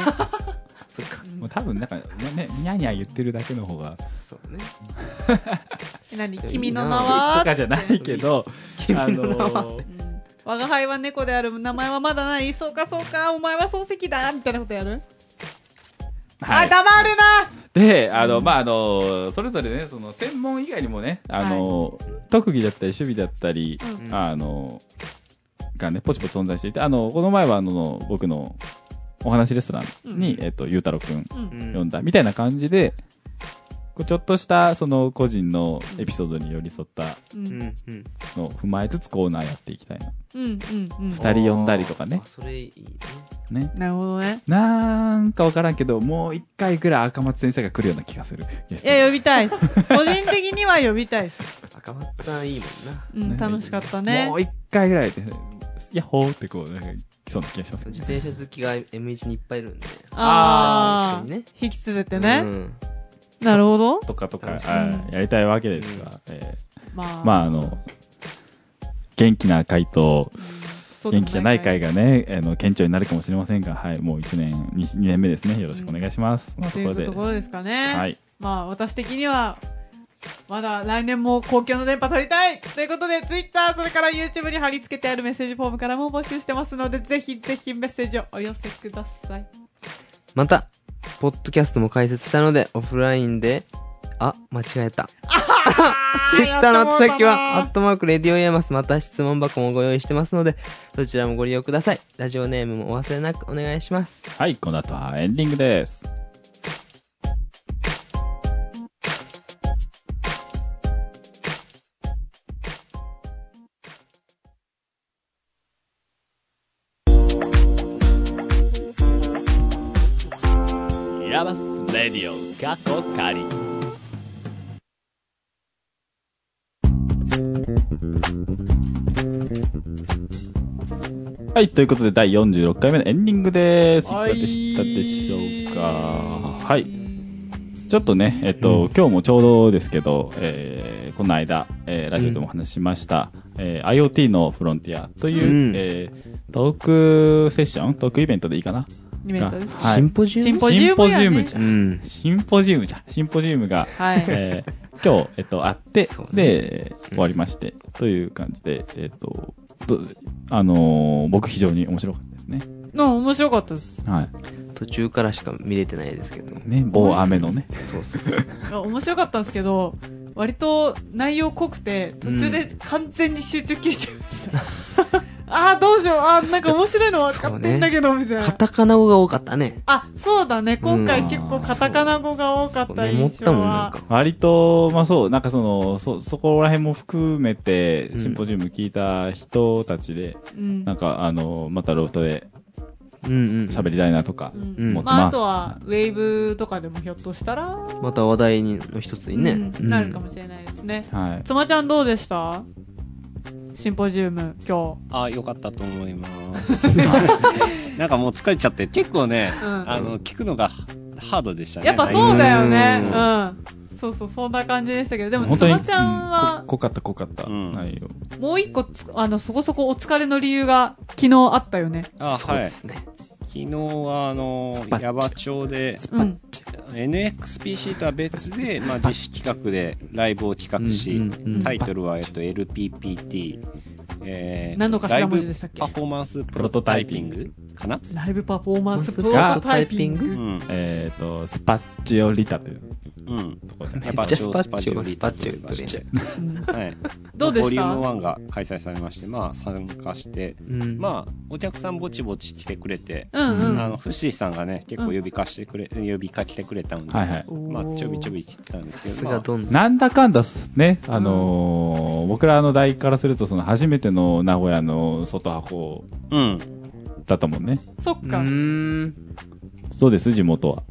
[SPEAKER 3] そっか。
[SPEAKER 1] もう多分なんか、ね、ニャーニャー言ってるだけの方が、
[SPEAKER 3] そうね。
[SPEAKER 2] 何
[SPEAKER 3] いいな
[SPEAKER 2] 君の 名
[SPEAKER 1] と
[SPEAKER 2] は
[SPEAKER 1] かじゃないけど、あのー、
[SPEAKER 2] うん我が輩は猫である名前はまだないそうかそうかお前は漱石だみたいなことやる、
[SPEAKER 1] はい
[SPEAKER 2] あ黙るな
[SPEAKER 1] で、あの、まあ、あの、それぞれね、その、専門以外にもね、あの、特技だったり、趣味だったり、
[SPEAKER 2] うん
[SPEAKER 1] あの、がね、ポチポチ存在していて、あの、この前は、あの、僕のお話レストランに、えっと、ゆうたろうくん
[SPEAKER 2] うん
[SPEAKER 3] うん
[SPEAKER 1] 呼んだ、みたいな感じで、こうちょっとした、その、個人のエピソードに寄り添った
[SPEAKER 2] うん
[SPEAKER 3] うんうん。
[SPEAKER 1] のを踏まえつつコーナーやっていきたいな。
[SPEAKER 2] うんうん
[SPEAKER 1] 二人呼んだりとかね
[SPEAKER 3] あー。あそれいいね。
[SPEAKER 1] ね。
[SPEAKER 2] なるほどね
[SPEAKER 1] なんかわからんけど、もう一回ぐらい赤松先生が来るような気がする。ゲス
[SPEAKER 2] い
[SPEAKER 1] トに
[SPEAKER 2] や呼びた いっす個人的には呼びたいっす、
[SPEAKER 3] 赤松さんいいもんな。
[SPEAKER 2] うん
[SPEAKER 1] ね
[SPEAKER 2] 楽しかったね
[SPEAKER 1] もう一回ぐらいで、ヤッホーってこう、なんか、来そうな気がします
[SPEAKER 3] 自
[SPEAKER 1] ね。
[SPEAKER 3] 転車好きが M1 にいっぱいいるんで。
[SPEAKER 2] ああ
[SPEAKER 3] あー一緒にね
[SPEAKER 2] 引き連れてね
[SPEAKER 3] う、ん
[SPEAKER 2] なるほど
[SPEAKER 1] とかとか、あ
[SPEAKER 3] 楽しい
[SPEAKER 1] ーやりたいわけですが、え
[SPEAKER 2] まあ
[SPEAKER 1] ーまああの、元気な回と、
[SPEAKER 2] そうでも
[SPEAKER 1] 元気じゃない回がね、あの、顕著になるかもしれませんが、はい、もう1年、2, 年目ですね。よろしくお願いします。そんな
[SPEAKER 2] と
[SPEAKER 1] と
[SPEAKER 2] い
[SPEAKER 1] ころ
[SPEAKER 2] う
[SPEAKER 1] で
[SPEAKER 2] と。ころですかね
[SPEAKER 1] はい。
[SPEAKER 2] まあ私的にはまだ来年も公共の電波取りたいということで Twitter それから YouTube に貼り付けてあるメッセージフォームからも募集してますのでぜひぜひメッセージをお寄せください
[SPEAKER 3] また、ポッドキャストも開設したので、オフラインで、あ、間違えた。ツイッターの後先は、アットマークレディオイヤマス、また質問箱もご用意してますので、そちらもご利用ください。ラジオネームもお忘れなくお願いします。
[SPEAKER 1] はい、この後はエンディングです。ヤバスレディオ過去仮はい、ということで第46回目のエンディングです。いかがでしたでしょうか。はい。ちょっとね、えっと、今日もちょうどですけど、えーこの間、えーラジオでもお話ししました、えー IoT のフロンティアという、
[SPEAKER 3] うん
[SPEAKER 1] えートークセッショントークイベントでいいかな
[SPEAKER 2] イベントです
[SPEAKER 1] はい
[SPEAKER 3] シンポジウム
[SPEAKER 2] シンポジ
[SPEAKER 1] シンポジウ
[SPEAKER 2] ウムやね
[SPEAKER 1] ムじゃ。
[SPEAKER 3] うんん。
[SPEAKER 1] シンポジウムじゃん。シンポジウム が、
[SPEAKER 2] はい
[SPEAKER 1] えー今日、えっと、あって、
[SPEAKER 3] そうね
[SPEAKER 1] で、えー終わりまして、という感じで、えっと、どあのー僕非常に面白かったですね。
[SPEAKER 2] の面白かったです
[SPEAKER 1] は
[SPEAKER 3] 途中からしか見れてないですけど。
[SPEAKER 1] い。ね、某雨のね。
[SPEAKER 3] そうそう。
[SPEAKER 2] いや面白かったんですけど割と内容濃くて途中で完全に集中切れちゃいました、 ああどうしようあーなんか面白いの分かってんだけど、みたいな
[SPEAKER 3] カタカナ語が多かったね。
[SPEAKER 2] あ、そうだね。今回
[SPEAKER 1] うん
[SPEAKER 2] 結構カタカナ語が多かった
[SPEAKER 3] メモっ
[SPEAKER 2] 印象
[SPEAKER 3] たもん、なん
[SPEAKER 2] は
[SPEAKER 3] か。。
[SPEAKER 1] 割と、まあそう、なんかその、そ、そこら辺も含めて、
[SPEAKER 3] うん
[SPEAKER 1] シンポジウム聞いた人たちで、
[SPEAKER 2] うん
[SPEAKER 1] なんかあの、またロフトで
[SPEAKER 3] うんうん。
[SPEAKER 1] 喋りたいなとか、
[SPEAKER 2] う
[SPEAKER 1] 思って
[SPEAKER 2] ん
[SPEAKER 1] ます。
[SPEAKER 2] まあ、あとは、ウェーブとかでもひょっとしたら、
[SPEAKER 3] また話題にの一つにね。
[SPEAKER 2] うんなるかもしれないですね。
[SPEAKER 1] はい。
[SPEAKER 2] つまちゃんどうでしたシンポジウム、今
[SPEAKER 5] あーよかったと思います。なんかもう疲れちゃって、結構ね、
[SPEAKER 2] うん
[SPEAKER 5] あの、聞くのがハードでした
[SPEAKER 2] 日。
[SPEAKER 5] ね。
[SPEAKER 2] やっぱそうだよね。
[SPEAKER 3] う
[SPEAKER 2] うん。そうそう、そんな感じでしたけど、でも、
[SPEAKER 1] 本
[SPEAKER 2] つ
[SPEAKER 1] 当に
[SPEAKER 2] まちゃん
[SPEAKER 1] う
[SPEAKER 2] は
[SPEAKER 1] こ、濃かった、濃かった、
[SPEAKER 5] うん
[SPEAKER 1] 内容。
[SPEAKER 2] もう一個つ、あの、そこそこお疲れの理由が、昨日あったよね。
[SPEAKER 5] あ
[SPEAKER 3] そう
[SPEAKER 5] はい
[SPEAKER 3] で。すね。
[SPEAKER 5] 昨日は、あの、
[SPEAKER 1] パッチ
[SPEAKER 5] 矢場町で、
[SPEAKER 2] うん。
[SPEAKER 5] NXPC とは別で、まあ、実施企画でライブを企画し、
[SPEAKER 3] うんうんうん
[SPEAKER 5] タイトルは、えっと、LPPT えーと
[SPEAKER 2] 何の頭文字でしたっけ
[SPEAKER 5] ライブパフォーマンスプロトタイピングかな
[SPEAKER 2] ライブパフォーマンスプ
[SPEAKER 3] プ
[SPEAKER 2] ロ
[SPEAKER 3] ロ
[SPEAKER 2] ト
[SPEAKER 1] ト
[SPEAKER 2] タ
[SPEAKER 3] タ
[SPEAKER 2] イ
[SPEAKER 3] イ
[SPEAKER 2] ピ
[SPEAKER 3] ピ
[SPEAKER 2] ン
[SPEAKER 3] ン
[SPEAKER 2] グ
[SPEAKER 3] グ
[SPEAKER 5] うん。
[SPEAKER 1] えっ、と、スパッチオリタという
[SPEAKER 5] うん。
[SPEAKER 1] ところで、
[SPEAKER 5] やっ
[SPEAKER 3] め
[SPEAKER 5] ぱ
[SPEAKER 3] っちゃ
[SPEAKER 5] 超
[SPEAKER 3] スパッチョ
[SPEAKER 5] スパッチョより
[SPEAKER 3] スパッチョよ
[SPEAKER 2] うん
[SPEAKER 5] はい。
[SPEAKER 2] どうで
[SPEAKER 5] ボ
[SPEAKER 2] し
[SPEAKER 5] リューム
[SPEAKER 2] た
[SPEAKER 5] 1が開催されまして、まあ参加して、
[SPEAKER 3] うん。あ、
[SPEAKER 5] まあお客さんぼちぼち来てくれて、
[SPEAKER 2] うんう
[SPEAKER 5] あ
[SPEAKER 2] ん。
[SPEAKER 5] の、フッシーさんがね、結構呼びかしてくれ、呼びかけてくれたので、
[SPEAKER 1] はいはい。
[SPEAKER 5] まあちょびちょび来てたんですけ
[SPEAKER 3] さす
[SPEAKER 5] ど、
[SPEAKER 3] がどんな。
[SPEAKER 1] なんだかんだっすね、あのー僕らの代からすると、その初めての名古屋の外箱
[SPEAKER 5] まあうん。
[SPEAKER 1] だったもんね。
[SPEAKER 2] そっ
[SPEAKER 3] う
[SPEAKER 2] か。
[SPEAKER 3] ーん。
[SPEAKER 1] そうです、地元は。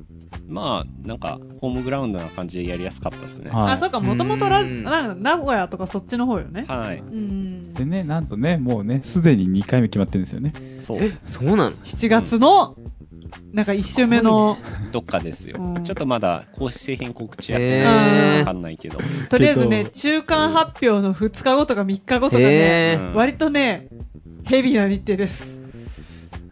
[SPEAKER 5] まあなんかホームグラウンドな感じでやりやすかったですね。は
[SPEAKER 1] はい
[SPEAKER 2] あ、そっか、もともとラジ
[SPEAKER 3] うん
[SPEAKER 2] なんか名古屋とかそっちの方よね。
[SPEAKER 5] い。
[SPEAKER 2] うん。
[SPEAKER 1] でね、なんとね、もうね、すでに2回目決まってるんですよね。
[SPEAKER 5] そう。
[SPEAKER 3] そうなの
[SPEAKER 2] 7月の、なんか1週目の、
[SPEAKER 5] どっかですよ
[SPEAKER 2] うん。
[SPEAKER 5] ちょっとまだ公式製品告知やってないから
[SPEAKER 3] へ
[SPEAKER 5] わ
[SPEAKER 3] ー
[SPEAKER 5] かんないけど。
[SPEAKER 2] とりあえずね、中間発表の2日後とか3日後とかね、
[SPEAKER 3] へ
[SPEAKER 5] う
[SPEAKER 3] ー
[SPEAKER 5] ん
[SPEAKER 2] 割とね、ヘビーな日程です。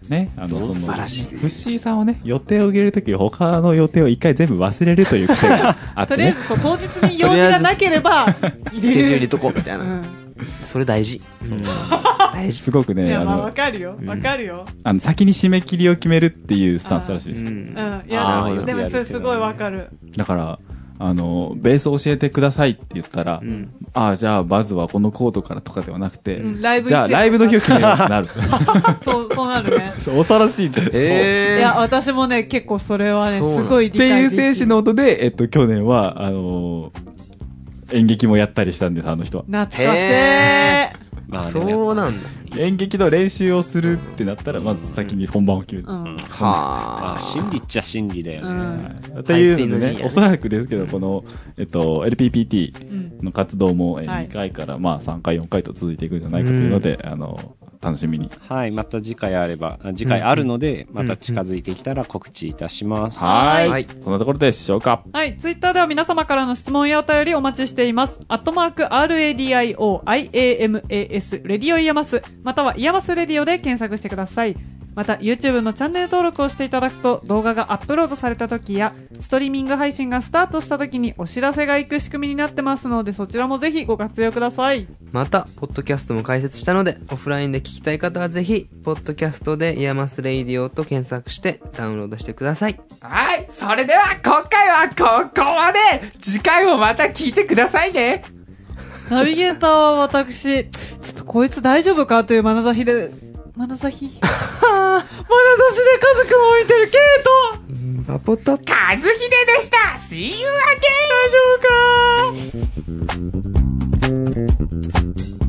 [SPEAKER 1] ね、あの、その、
[SPEAKER 5] 素晴らしい
[SPEAKER 1] フッシーさんはね、予定を入れるとき、他の予定を一回全部忘れるという癖があっ
[SPEAKER 2] と
[SPEAKER 1] て
[SPEAKER 2] りあえ
[SPEAKER 1] ね。
[SPEAKER 2] ず、そう、当日に用事がなけれ ば、
[SPEAKER 3] スケジュール入れと
[SPEAKER 2] こ
[SPEAKER 3] こうみたいうな。
[SPEAKER 2] ん。
[SPEAKER 3] それ大事。
[SPEAKER 1] そう
[SPEAKER 3] 大事。
[SPEAKER 1] すごく
[SPEAKER 2] い
[SPEAKER 1] ね、
[SPEAKER 2] や、
[SPEAKER 1] あ
[SPEAKER 2] まあ、わ
[SPEAKER 1] の、
[SPEAKER 2] かるよ。わかるよ。
[SPEAKER 1] あの先に締め切りを決めるっていうスタンスらしいで
[SPEAKER 3] う
[SPEAKER 1] す。
[SPEAKER 2] うんん。。い
[SPEAKER 3] あー
[SPEAKER 2] や、
[SPEAKER 3] よく
[SPEAKER 2] で
[SPEAKER 1] や
[SPEAKER 2] も、
[SPEAKER 1] る
[SPEAKER 2] そ
[SPEAKER 1] けどね
[SPEAKER 2] れすごいわかる。
[SPEAKER 1] だから、あの、ベースを教えてくださいって言ったら、
[SPEAKER 3] うん
[SPEAKER 1] ああ、じゃあ、まずはこのコードからとかではなくて、
[SPEAKER 2] うんライブ
[SPEAKER 1] じゃあ、
[SPEAKER 2] いつや
[SPEAKER 1] ライブの日を決めようってなる。
[SPEAKER 2] そう、そうな るね。
[SPEAKER 1] そう恐ろしいんだよ。
[SPEAKER 3] えー
[SPEAKER 2] いや、私もね、結構それはね、
[SPEAKER 3] そうな
[SPEAKER 2] す
[SPEAKER 3] の
[SPEAKER 2] ごい
[SPEAKER 1] そうって
[SPEAKER 2] 理
[SPEAKER 1] い
[SPEAKER 2] 解で
[SPEAKER 1] う
[SPEAKER 2] きる
[SPEAKER 1] 精神の音で、えっと、去年は、あのー演劇もやったりしたんです、あの人は。
[SPEAKER 2] 懐かしい。
[SPEAKER 3] へ
[SPEAKER 5] まあでもやっぱ
[SPEAKER 3] そうなんだ。
[SPEAKER 1] 演劇の練習をするってなったら、まず先に本番を決める。
[SPEAKER 2] う
[SPEAKER 1] は
[SPEAKER 2] ん。
[SPEAKER 5] ま
[SPEAKER 3] は
[SPEAKER 5] あ
[SPEAKER 3] あ。
[SPEAKER 5] 真理っちゃ真理だよ
[SPEAKER 2] う
[SPEAKER 5] ね。
[SPEAKER 2] ん。
[SPEAKER 1] いっていうの
[SPEAKER 3] 排水
[SPEAKER 1] で
[SPEAKER 3] の陣
[SPEAKER 1] ね、
[SPEAKER 3] やね
[SPEAKER 1] おそらくですけど、この、えっと、LPPT
[SPEAKER 2] うん
[SPEAKER 1] の活動もえ
[SPEAKER 2] はい
[SPEAKER 1] ー2回から、まあ3回、4回と続いていくんじゃないかというので、あの、楽しみに。
[SPEAKER 5] はい。また次回あれば、あ次回あるので、また近づいてきたら告知いたします。
[SPEAKER 1] は
[SPEAKER 3] は
[SPEAKER 1] ーい
[SPEAKER 3] い。
[SPEAKER 1] そんなところでしょうか。
[SPEAKER 2] はい。ツイッターでは皆様からの質問やお便りお待ちしています。アットマーク、RADIOIAMAS、レディオイヤマス、またはイヤマスレディオで検索してください。また、YouTube のチャンネル登録をしていただくと、動画がアップロードされた時や、ストリーミング配信がスタートした時にお知らせが行く仕組みになってますので、そちらもぜひご活用ください。
[SPEAKER 3] また、ポッドキャストも開設したので、オフラインで聞きたい方はぜひ、ポッドキャストでイヤマスレイディオと検索してダウンロードしてください。
[SPEAKER 6] はい、それでは今回はここまで次回もまた聞いてくださいね
[SPEAKER 2] ナビゲーターは私、ちょっとこいつ大丈夫かという眼差し で、眼差し眼差しで家族を置いてるケイト
[SPEAKER 3] バポタ
[SPEAKER 6] 和秀でした !See you again!
[SPEAKER 2] 大丈夫
[SPEAKER 6] 「
[SPEAKER 2] か